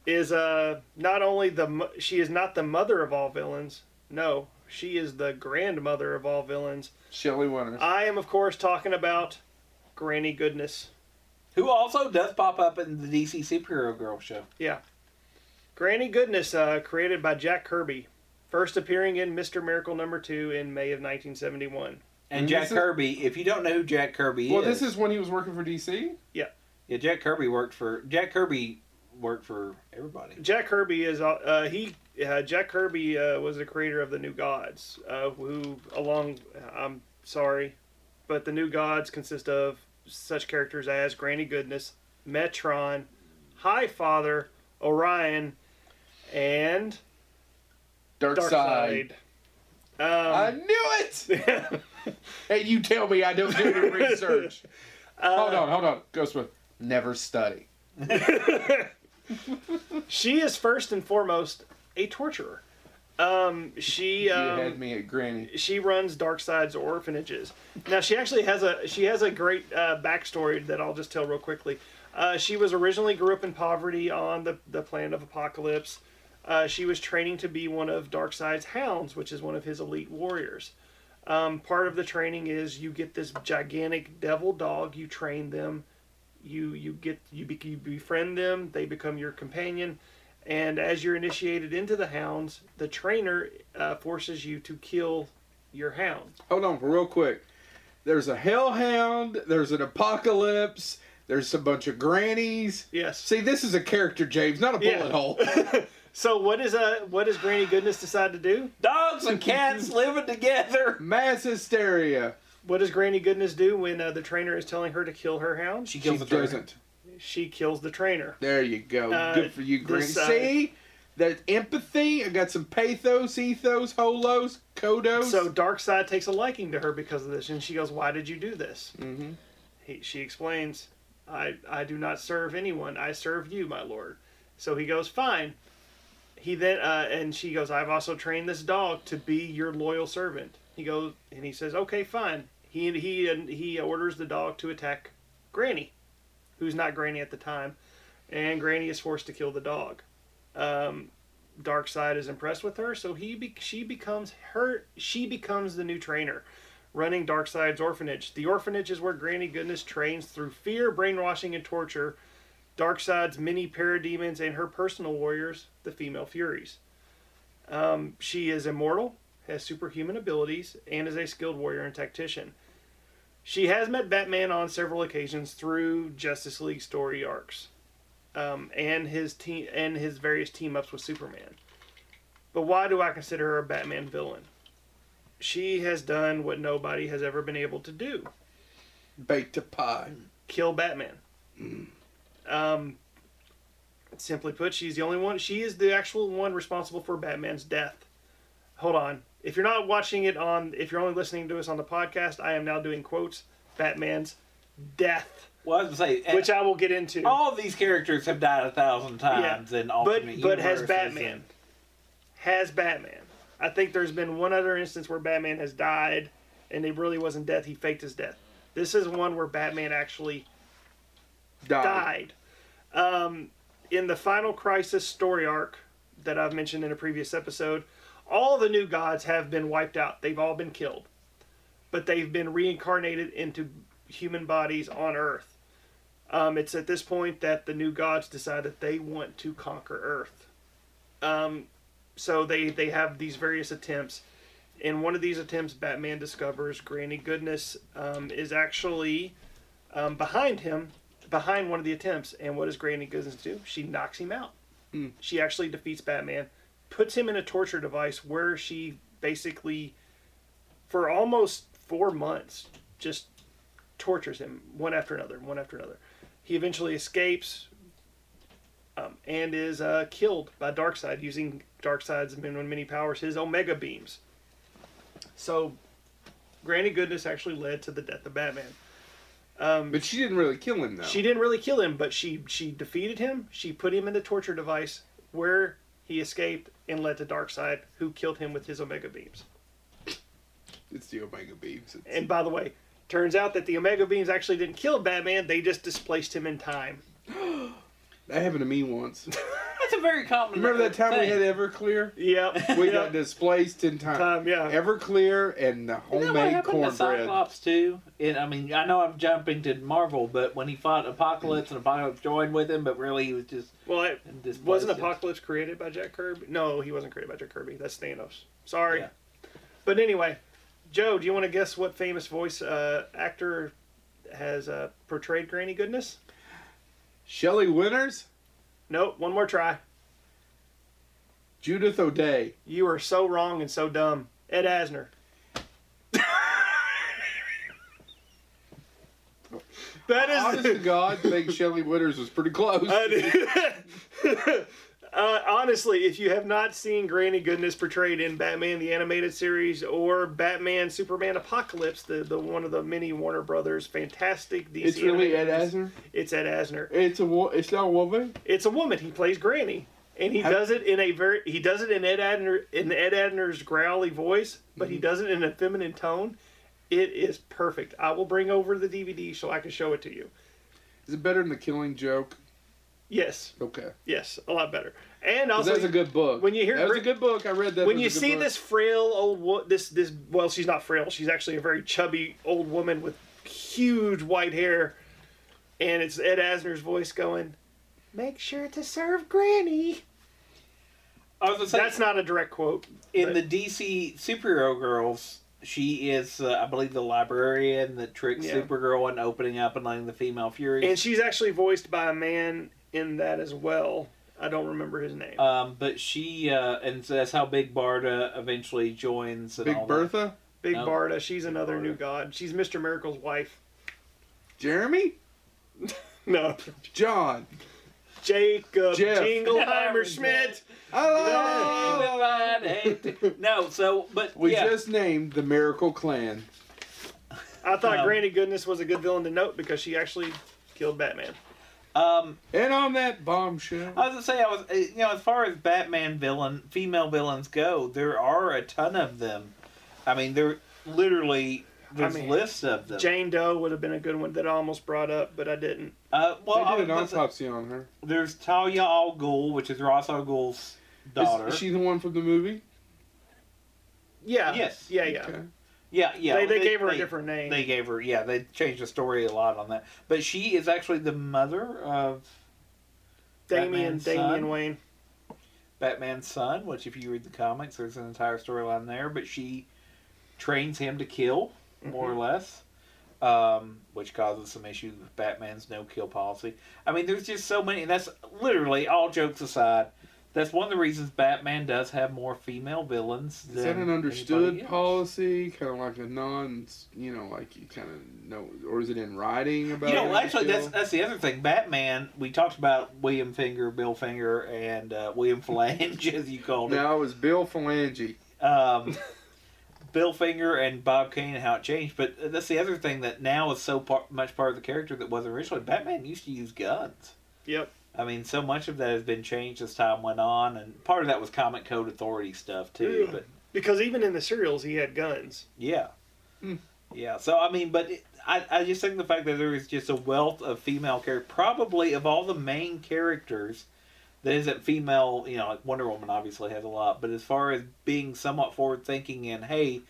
Speaker 2: is uh not only the mo- she is not the mother of all villains. No, she is the grandmother of all villains.
Speaker 1: Shelly Winters.
Speaker 2: I am of course talking about Granny Goodness.
Speaker 3: Who also does pop up in the DC Superhero Girl show.
Speaker 2: Granny Goodness, uh, created by Jack Kirby, first appearing in Mister Miracle number two in May of 1971.
Speaker 3: And
Speaker 1: Mhm.
Speaker 3: Jack
Speaker 1: This is-
Speaker 3: Kirby, if you don't know who Jack Kirby
Speaker 1: well,
Speaker 3: is.
Speaker 1: this is when he was working for DC.
Speaker 3: Yeah, Jack Kirby worked for. Jack Kirby worked for everybody.
Speaker 2: Jack Kirby is uh, uh, he. Uh, Jack Kirby uh, was the creator of the New Gods, uh, who, along, I'm sorry, but the New Gods consist of such characters as Granny Goodness, Metron, High Father, Orion, and
Speaker 1: Dark,
Speaker 2: Darkseid.
Speaker 1: Side. I
Speaker 2: Um,
Speaker 1: knew it. And you tell me I don't do any research.
Speaker 2: Uh,
Speaker 1: hold on, hold on. Ghostman, never study.
Speaker 2: she is first and foremost a torturer. Um, she um,
Speaker 1: you had me at Granny.
Speaker 2: she runs Darkseid's orphanages. Now she actually has a she has a great uh, backstory that I'll just tell real quickly. Uh, she was originally grew up in poverty on the the planet of Apocalypse. Uh, she was training to be one of Darkseid's hounds, which is one of his elite warriors. Um, part of the training is you get this gigantic devil dog, you train them, you you get you, be, you befriend them, they become your companion, and as you're initiated into the hounds, the trainer uh, forces you to kill your hound.
Speaker 1: Hold on, real quick. There's a hellhound. There's an apocalypse. There's a bunch of grannies.
Speaker 2: Yes.
Speaker 1: See, this is a character, James, not a bullet
Speaker 2: Yeah.
Speaker 1: hole.
Speaker 2: So what is uh what does Granny Goodness decide to do?
Speaker 3: Dogs and cats living together.
Speaker 1: Mass hysteria.
Speaker 2: What does Granny Goodness do when uh, the trainer is telling her to kill her hound? She,
Speaker 3: She
Speaker 1: She
Speaker 3: kills the dragon.
Speaker 1: doesn't.
Speaker 2: kills the trainer.
Speaker 1: There you go.
Speaker 2: Uh,
Speaker 1: Good for you, Grant.
Speaker 2: this, uh,
Speaker 1: See? That empathy. I got some pathos, ethos, holos, kodos.
Speaker 2: So Darkseid takes a liking to her because of this, and she goes, "Why did you do this?"
Speaker 1: Mhm.
Speaker 2: He, she explains, "I I do not serve anyone. I serve you, my lord." So he goes, "Fine." He then uh, and she goes, "I've also trained this dog to be your loyal servant." He goes and he says, "Okay, fine." He he and he orders the dog to attack Granny, who's not Granny at the time, and Granny is forced to kill the dog. Um, Dark Side is impressed with her, so he be- she becomes her she becomes the new trainer, running Dark Side's orphanage. The orphanage is where Granny Goodness trains through fear, brainwashing, and torture. Dark Side's many parademons and her personal warriors, the female Furies. Um, she is immortal, has superhuman abilities, and is a skilled warrior and tactician. She has met Batman on several occasions through Justice League story arcs, um, and his team and his various team ups with Superman. But why do I consider her a Batman villain? She has done what nobody has ever been able to do:
Speaker 1: Baked a pie.
Speaker 2: kill Batman. Um, simply put, she's the only one. She is the actual one responsible for Batman's death. Hold on. If you're not watching it on, if you're only listening to us on the podcast, I am now doing quotes. Batman's death,
Speaker 3: Well, I was gonna say, and Oh,
Speaker 2: which I will get into.
Speaker 3: all of these characters have died a thousand times in
Speaker 2: but
Speaker 3: alternate
Speaker 2: but has
Speaker 3: universes
Speaker 2: Batman? Has Batman? I think there's been one other instance where Batman has died, and it really wasn't death. He faked his death. This is one where Batman actually
Speaker 1: Died.
Speaker 2: died. Um, in the final Crisis story arc that I've mentioned in a previous episode, all the new gods have been wiped out. They've all been killed. But they've been reincarnated into human bodies on Earth. Um, it's at this point that the new gods decide that they want to conquer Earth. Um, so they, they have these various attempts. In one of these attempts, Batman discovers Granny Goodness um, is actually um, behind him behind one of the attempts. And what does Granny Goodness do? She knocks him out. She actually defeats Batman, puts him in a torture device where she basically, for almost four months, just tortures him one after another, one after another. He eventually escapes um, and is uh, killed by Darkseid using Darkseid's minimum mini powers, his Omega beams. So, Granny Goodness actually led to the death of Batman. Um,
Speaker 1: But she didn't really kill him, though.
Speaker 2: she didn't really kill him, but she she defeated him. She put him in the torture device where he escaped and led to Darkseid, who killed him with his Omega beams.
Speaker 1: It's the Omega Beams. It's-
Speaker 2: And by the way, turns out that the Omega beams actually didn't kill Batman; they just displaced him in time.
Speaker 1: that happened to me once.
Speaker 3: That's a very common.
Speaker 1: Remember that time we
Speaker 3: thing.
Speaker 1: had Everclear?
Speaker 2: Yep,
Speaker 1: We
Speaker 2: yep.
Speaker 1: got displaced in time.
Speaker 2: time. Yeah,
Speaker 1: Everclear and the
Speaker 3: Isn't that what
Speaker 1: homemade
Speaker 3: happened to
Speaker 1: cornbread.
Speaker 3: Cyclops too? And I mean, I know I'm jumping to Marvel, but when he fought Apocalypse and Apocalypse joined with him, but really he was just
Speaker 2: well, it
Speaker 3: this
Speaker 2: wasn't Apocalypse created by Jack Kirby? No, he wasn't created by Jack Kirby. That's Thanos. Sorry,
Speaker 3: Yeah.
Speaker 2: but anyway, Joe, do you want to guess what famous voice uh, actor has uh, portrayed Granny Goodness?
Speaker 1: Shelley Winters,
Speaker 2: Nope. One more try.
Speaker 1: Judith O'Day.
Speaker 2: You are so wrong and so dumb. Ed Asner. that
Speaker 1: Honest to
Speaker 2: is.
Speaker 1: God, I think Shelley Winters was pretty close.
Speaker 2: uh, honestly, if you have not seen Granny Goodness portrayed in Batman the Animated Series or Batman Superman Apocalypse, the, the one of the many Warner Brothers fantastic DC.
Speaker 1: It's really Ed
Speaker 2: animated-
Speaker 1: Asner.
Speaker 2: It's Ed Asner.
Speaker 1: It's a wo- it's not a woman.
Speaker 2: It's a woman. He plays Granny, and he
Speaker 1: Have-
Speaker 2: does it in a very he does it in Ed Adner in Ed Adner's growly voice, but
Speaker 1: Mhm.
Speaker 2: he does it in a feminine tone. It is perfect. I will bring over the DVD so I can show it to you.
Speaker 1: Is it better than the Killing Joke?
Speaker 2: Yes,
Speaker 1: Okay,
Speaker 2: yes, a lot better. And
Speaker 1: 'Cause
Speaker 2: also,
Speaker 1: that's a good book.
Speaker 2: when you hear
Speaker 1: that was
Speaker 2: Brit-
Speaker 1: a good book, I read that.
Speaker 2: when
Speaker 1: was
Speaker 2: you
Speaker 1: a good
Speaker 2: see
Speaker 1: book.
Speaker 2: this frail old wo- this this well, she's not frail. She's actually a very chubby old woman with huge white hair, and it's Ed Asner's voice going, "Make sure to serve Granny."
Speaker 3: I was gonna say,
Speaker 2: That's not a direct quote.
Speaker 3: in
Speaker 2: but-
Speaker 3: the DC superhero girls. She is, uh, I believe, the librarian that tricks
Speaker 2: Yeah.
Speaker 3: Supergirl and opening up and letting the female Fury.
Speaker 2: And she's actually voiced by a man in that as well. I don't remember his name.
Speaker 3: Um, but she, uh, and so that's how Big Barda eventually joins. And all
Speaker 1: Big
Speaker 3: that.
Speaker 1: Bertha,
Speaker 2: Big
Speaker 3: no.
Speaker 2: Barda. She's another
Speaker 3: Barda.
Speaker 2: new god. She's Mr. Miracle's wife.
Speaker 1: Jeremy,
Speaker 2: No.
Speaker 1: John.
Speaker 2: Jacob
Speaker 1: Jeff.
Speaker 2: Jingleheimer Schmidt.
Speaker 1: I love it.
Speaker 3: Oh, I'd hate to- No, so but
Speaker 1: We
Speaker 3: yeah,
Speaker 1: just named the Miracle Clan.
Speaker 2: I thought
Speaker 3: Um,
Speaker 2: Granny Goodness was a good villain to note because she actually killed Batman.
Speaker 3: um,
Speaker 1: And on that bombshell,
Speaker 3: I was gonna say I was uh, you know as far as Batman villain female villains go, there are a ton of them. I mean, there literally there's
Speaker 2: mean,
Speaker 3: lists of them.
Speaker 2: Jane Doe would have been a good one that I almost brought up, but I didn't.
Speaker 3: uh, well,
Speaker 1: they
Speaker 3: I
Speaker 1: did an
Speaker 3: was gonna say-
Speaker 1: autopsy on her.
Speaker 3: there's Talia Al Ghul, which is Ross Al Ghul's daughter.
Speaker 1: Is she the one from the movie?
Speaker 2: Yeah.
Speaker 3: Yes.
Speaker 2: Yeah, yeah.
Speaker 1: Okay.
Speaker 3: yeah, yeah.
Speaker 2: they, they, gave her a different name.
Speaker 3: They gave her, yeah, they changed the story a lot on that. But she is actually the mother of
Speaker 2: Damien,
Speaker 3: Batman's
Speaker 2: Damien
Speaker 3: son.
Speaker 2: Wayne.
Speaker 3: Batman's son, which, if you read the comics, there's an entire storyline there. But she trains him to kill,
Speaker 2: Mm-hmm.
Speaker 3: more or less, um, which causes some issues with Batman's no kill policy. I mean, there's just so many, and that's literally all jokes aside. That's one of the reasons Batman does have more female villains.
Speaker 1: Is that
Speaker 3: than
Speaker 1: an
Speaker 3: anybody
Speaker 1: understood
Speaker 3: else.
Speaker 1: policy, kind of like a non, you know, like you kind of know, or is it in writing about?
Speaker 3: You know,
Speaker 1: it?
Speaker 3: actually, that's that's the other thing. Batman. We talked about William Finger, Bill Finger, and uh, William Flange, as you called it.
Speaker 1: now it was Bill Falange.
Speaker 3: um, Bill Finger and Bob Kane and how it changed. But that's the other thing that now is so par- much part of the character that wasn't originally. Batman used to use guns.
Speaker 2: Yep.
Speaker 3: I mean, so much of that has been changed as time went on, and part of that was Comic Code Authority stuff too.
Speaker 2: Yeah.
Speaker 3: But
Speaker 2: Because even in the serials, he had guns.
Speaker 3: yeah,
Speaker 1: Hmm.
Speaker 3: yeah. So I mean, but it, I I just think the fact that there is just a wealth of female characters, probably of all the main characters. That isn't female, you know, like Wonder Woman obviously has a lot, but as far as being somewhat forward thinking and hey,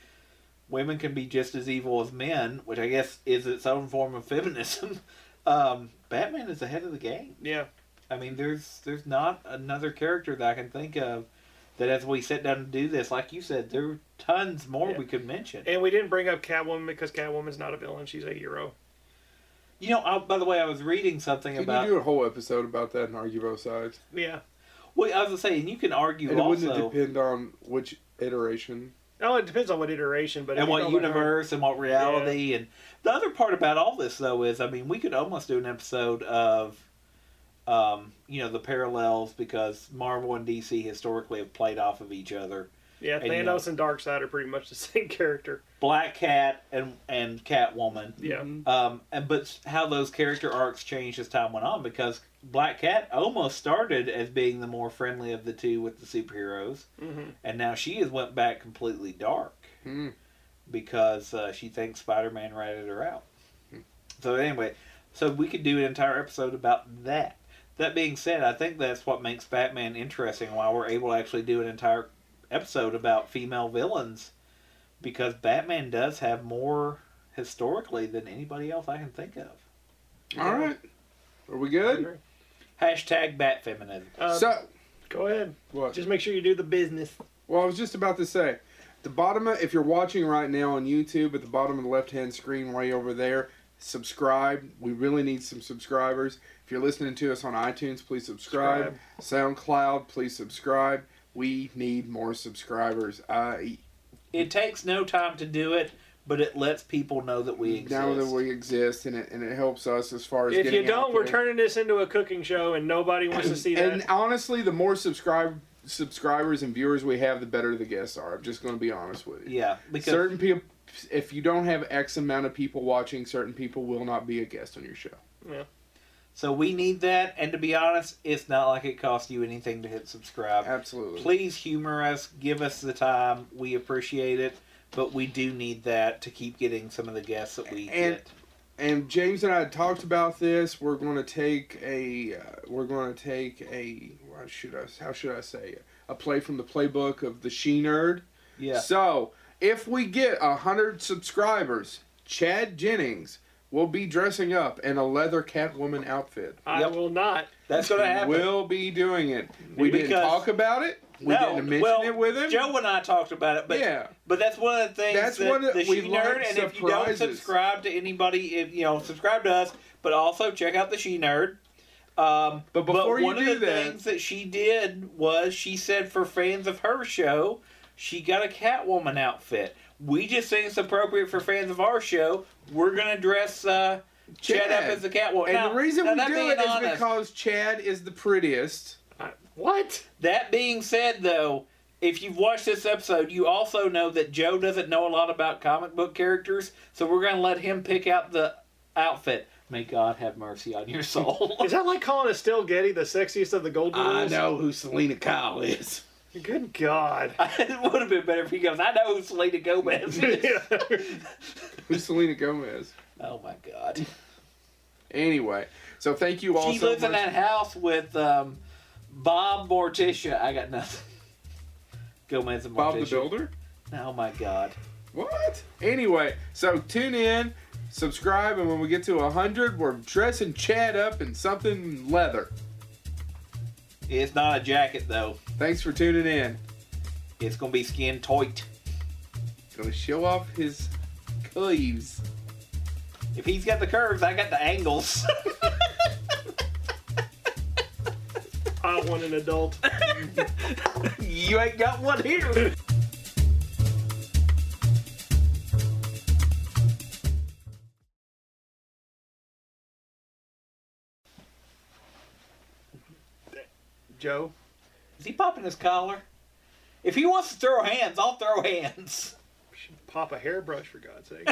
Speaker 3: women can be just as evil as men, which I guess is its own form of feminism. Um, Batman is ahead of the game.
Speaker 2: Yeah.
Speaker 3: I mean, there's there's not another character that I can think of that as we sit down to do this, like you said, there are tons more
Speaker 2: Yeah.
Speaker 3: we could mention.
Speaker 2: And we didn't bring up Catwoman because Catwoman's not a villain; she's a hero.
Speaker 3: You know, I, by the way, I was reading something
Speaker 1: Can
Speaker 3: about.
Speaker 1: you do a whole episode about that and argue both sides?
Speaker 2: Yeah.
Speaker 3: well, I was gonna say, and you can argue
Speaker 1: and
Speaker 3: also,
Speaker 1: wouldn't it depend on which iteration?
Speaker 2: Oh, it depends on what iteration, but if
Speaker 3: and
Speaker 2: you
Speaker 3: what
Speaker 2: go by her-
Speaker 3: universe and what reality and the other part about all this though is i mean we could almost do an episode of um, you know the parallels because marvel and dc historically have played off of each other
Speaker 2: yeah,
Speaker 3: and, you know-
Speaker 2: Thanos and Darkseid are pretty much the same character.
Speaker 3: black cat and and catwoman
Speaker 2: Yeah.
Speaker 1: Mhm.
Speaker 3: um, and but how those character arcs changed as time went on because black cat almost started as being the more friendly of the two with the superheroes
Speaker 2: Mm-hmm.
Speaker 3: and now she has went back completely dark
Speaker 1: Hmm.
Speaker 3: because uh, she thinks Spider-Man ratted her out.
Speaker 1: Hmm.
Speaker 3: So anyway, so we could do an entire episode about that. That being said, I think that's what makes Batman interesting. Why we're able to actually do an entire episode about female villains, because Batman does have more historically than anybody else I can think of.
Speaker 1: All right, are we good?
Speaker 3: Hashtag Bat feminism.
Speaker 2: Uh,
Speaker 1: so
Speaker 2: go ahead.
Speaker 1: what?
Speaker 2: Just make sure you do the business.
Speaker 1: Well, I was just about to say, the bottom of, if you're watching right now on YouTube, at the bottom of the left hand screen, way over there, subscribe. We really need some subscribers. If you're listening to us on iTunes, please subscribe. SoundCloud, please subscribe. We need more subscribers. Uh,
Speaker 3: It takes no time to do it, but it lets people know that we exist.
Speaker 1: now that we exist, and it, and it helps us as far as
Speaker 2: If you
Speaker 1: getting out
Speaker 2: don't, we're
Speaker 1: there.
Speaker 2: turning this into a cooking show, and nobody wants to see that.
Speaker 1: And honestly, the more subscribe subscribers and viewers we have, the better the guests are. I'm just going to be honest with you.
Speaker 3: yeah, because
Speaker 1: certain people if you don't have x amount of people watching certain people will not be a guest on your show
Speaker 3: So we need that, and to be honest, it's not like it costs you anything to hit subscribe.
Speaker 1: absolutely
Speaker 3: Please humor us, give us the time. We appreciate it, but we do need that to keep getting some of the guests that we
Speaker 1: And-
Speaker 3: get.
Speaker 1: and james and i had talked about this we're going to take a uh, we're going to take a what should I, how should i say it? a play from the playbook of the she nerd
Speaker 3: Yeah,
Speaker 1: so if we get a hundred subscribers chad jennings will be dressing up in a leather catwoman outfit
Speaker 2: I
Speaker 3: Yep.
Speaker 2: will not.
Speaker 3: that's gonna happen.
Speaker 1: we'll be doing it we didn't
Speaker 3: Because-
Speaker 1: talk about it we
Speaker 3: No,
Speaker 1: didn't mention
Speaker 3: well,
Speaker 1: it with him
Speaker 3: Joe and I talked about it, but
Speaker 1: yeah
Speaker 3: but that's one of the things
Speaker 1: That's
Speaker 3: that
Speaker 1: one of-
Speaker 3: the
Speaker 1: we
Speaker 3: She
Speaker 1: like
Speaker 3: Nerd. And if you don't
Speaker 1: surprises.
Speaker 3: subscribe to anybody, if you know, subscribe to us, but also check out the She Nerd. Um,
Speaker 1: But before you
Speaker 3: one
Speaker 1: do
Speaker 3: of the
Speaker 1: that-
Speaker 3: things that she did was she said for fans of her show, she got a Catwoman outfit. We just think it's appropriate for fans of our show. We're gonna dress uh, Chad up
Speaker 1: Chad.
Speaker 3: as the Catwoman.
Speaker 1: And
Speaker 3: Now-
Speaker 1: the reason
Speaker 3: now
Speaker 1: we
Speaker 3: that
Speaker 1: do
Speaker 3: being
Speaker 1: it is
Speaker 3: honest-
Speaker 1: because Chad is the prettiest.
Speaker 2: I, what?
Speaker 3: That being said, though, if you've watched this episode, you also know that Joe doesn't know a lot about comic book characters, so we're going to let him pick out the outfit. May God have mercy on your soul.
Speaker 2: Is that like calling Estelle Getty the sexiest of the Golden Girls?
Speaker 3: Oh,
Speaker 1: who Selena Kyle is.
Speaker 2: Good God.
Speaker 3: it would have been better if he goes, I know who Selena Gomez is.
Speaker 1: Who's Selena Gomez?
Speaker 3: oh my God.
Speaker 1: Anyway, so thank you all
Speaker 3: she
Speaker 1: so
Speaker 3: lives in
Speaker 1: much.
Speaker 3: that house with um, Bob Morticia. I got nothing. Gomez and Morticia.
Speaker 1: Bob the Builder?
Speaker 3: Oh my God.
Speaker 1: What? Anyway, so tune in, subscribe, and when we get to 100, we're dressing Chad up in something leather.
Speaker 3: It's not a jacket though.
Speaker 1: Thanks for tuning in.
Speaker 3: It's gonna be skin tight.
Speaker 1: Gonna show off his cleaves.
Speaker 3: If he's got the curves, I got the angles.
Speaker 2: I want an adult.
Speaker 3: you ain't got one here.
Speaker 2: Joe,
Speaker 3: Is he popping his collar? If he wants to throw hands, I'll throw hands.
Speaker 2: you should pop a hairbrush for God's sake.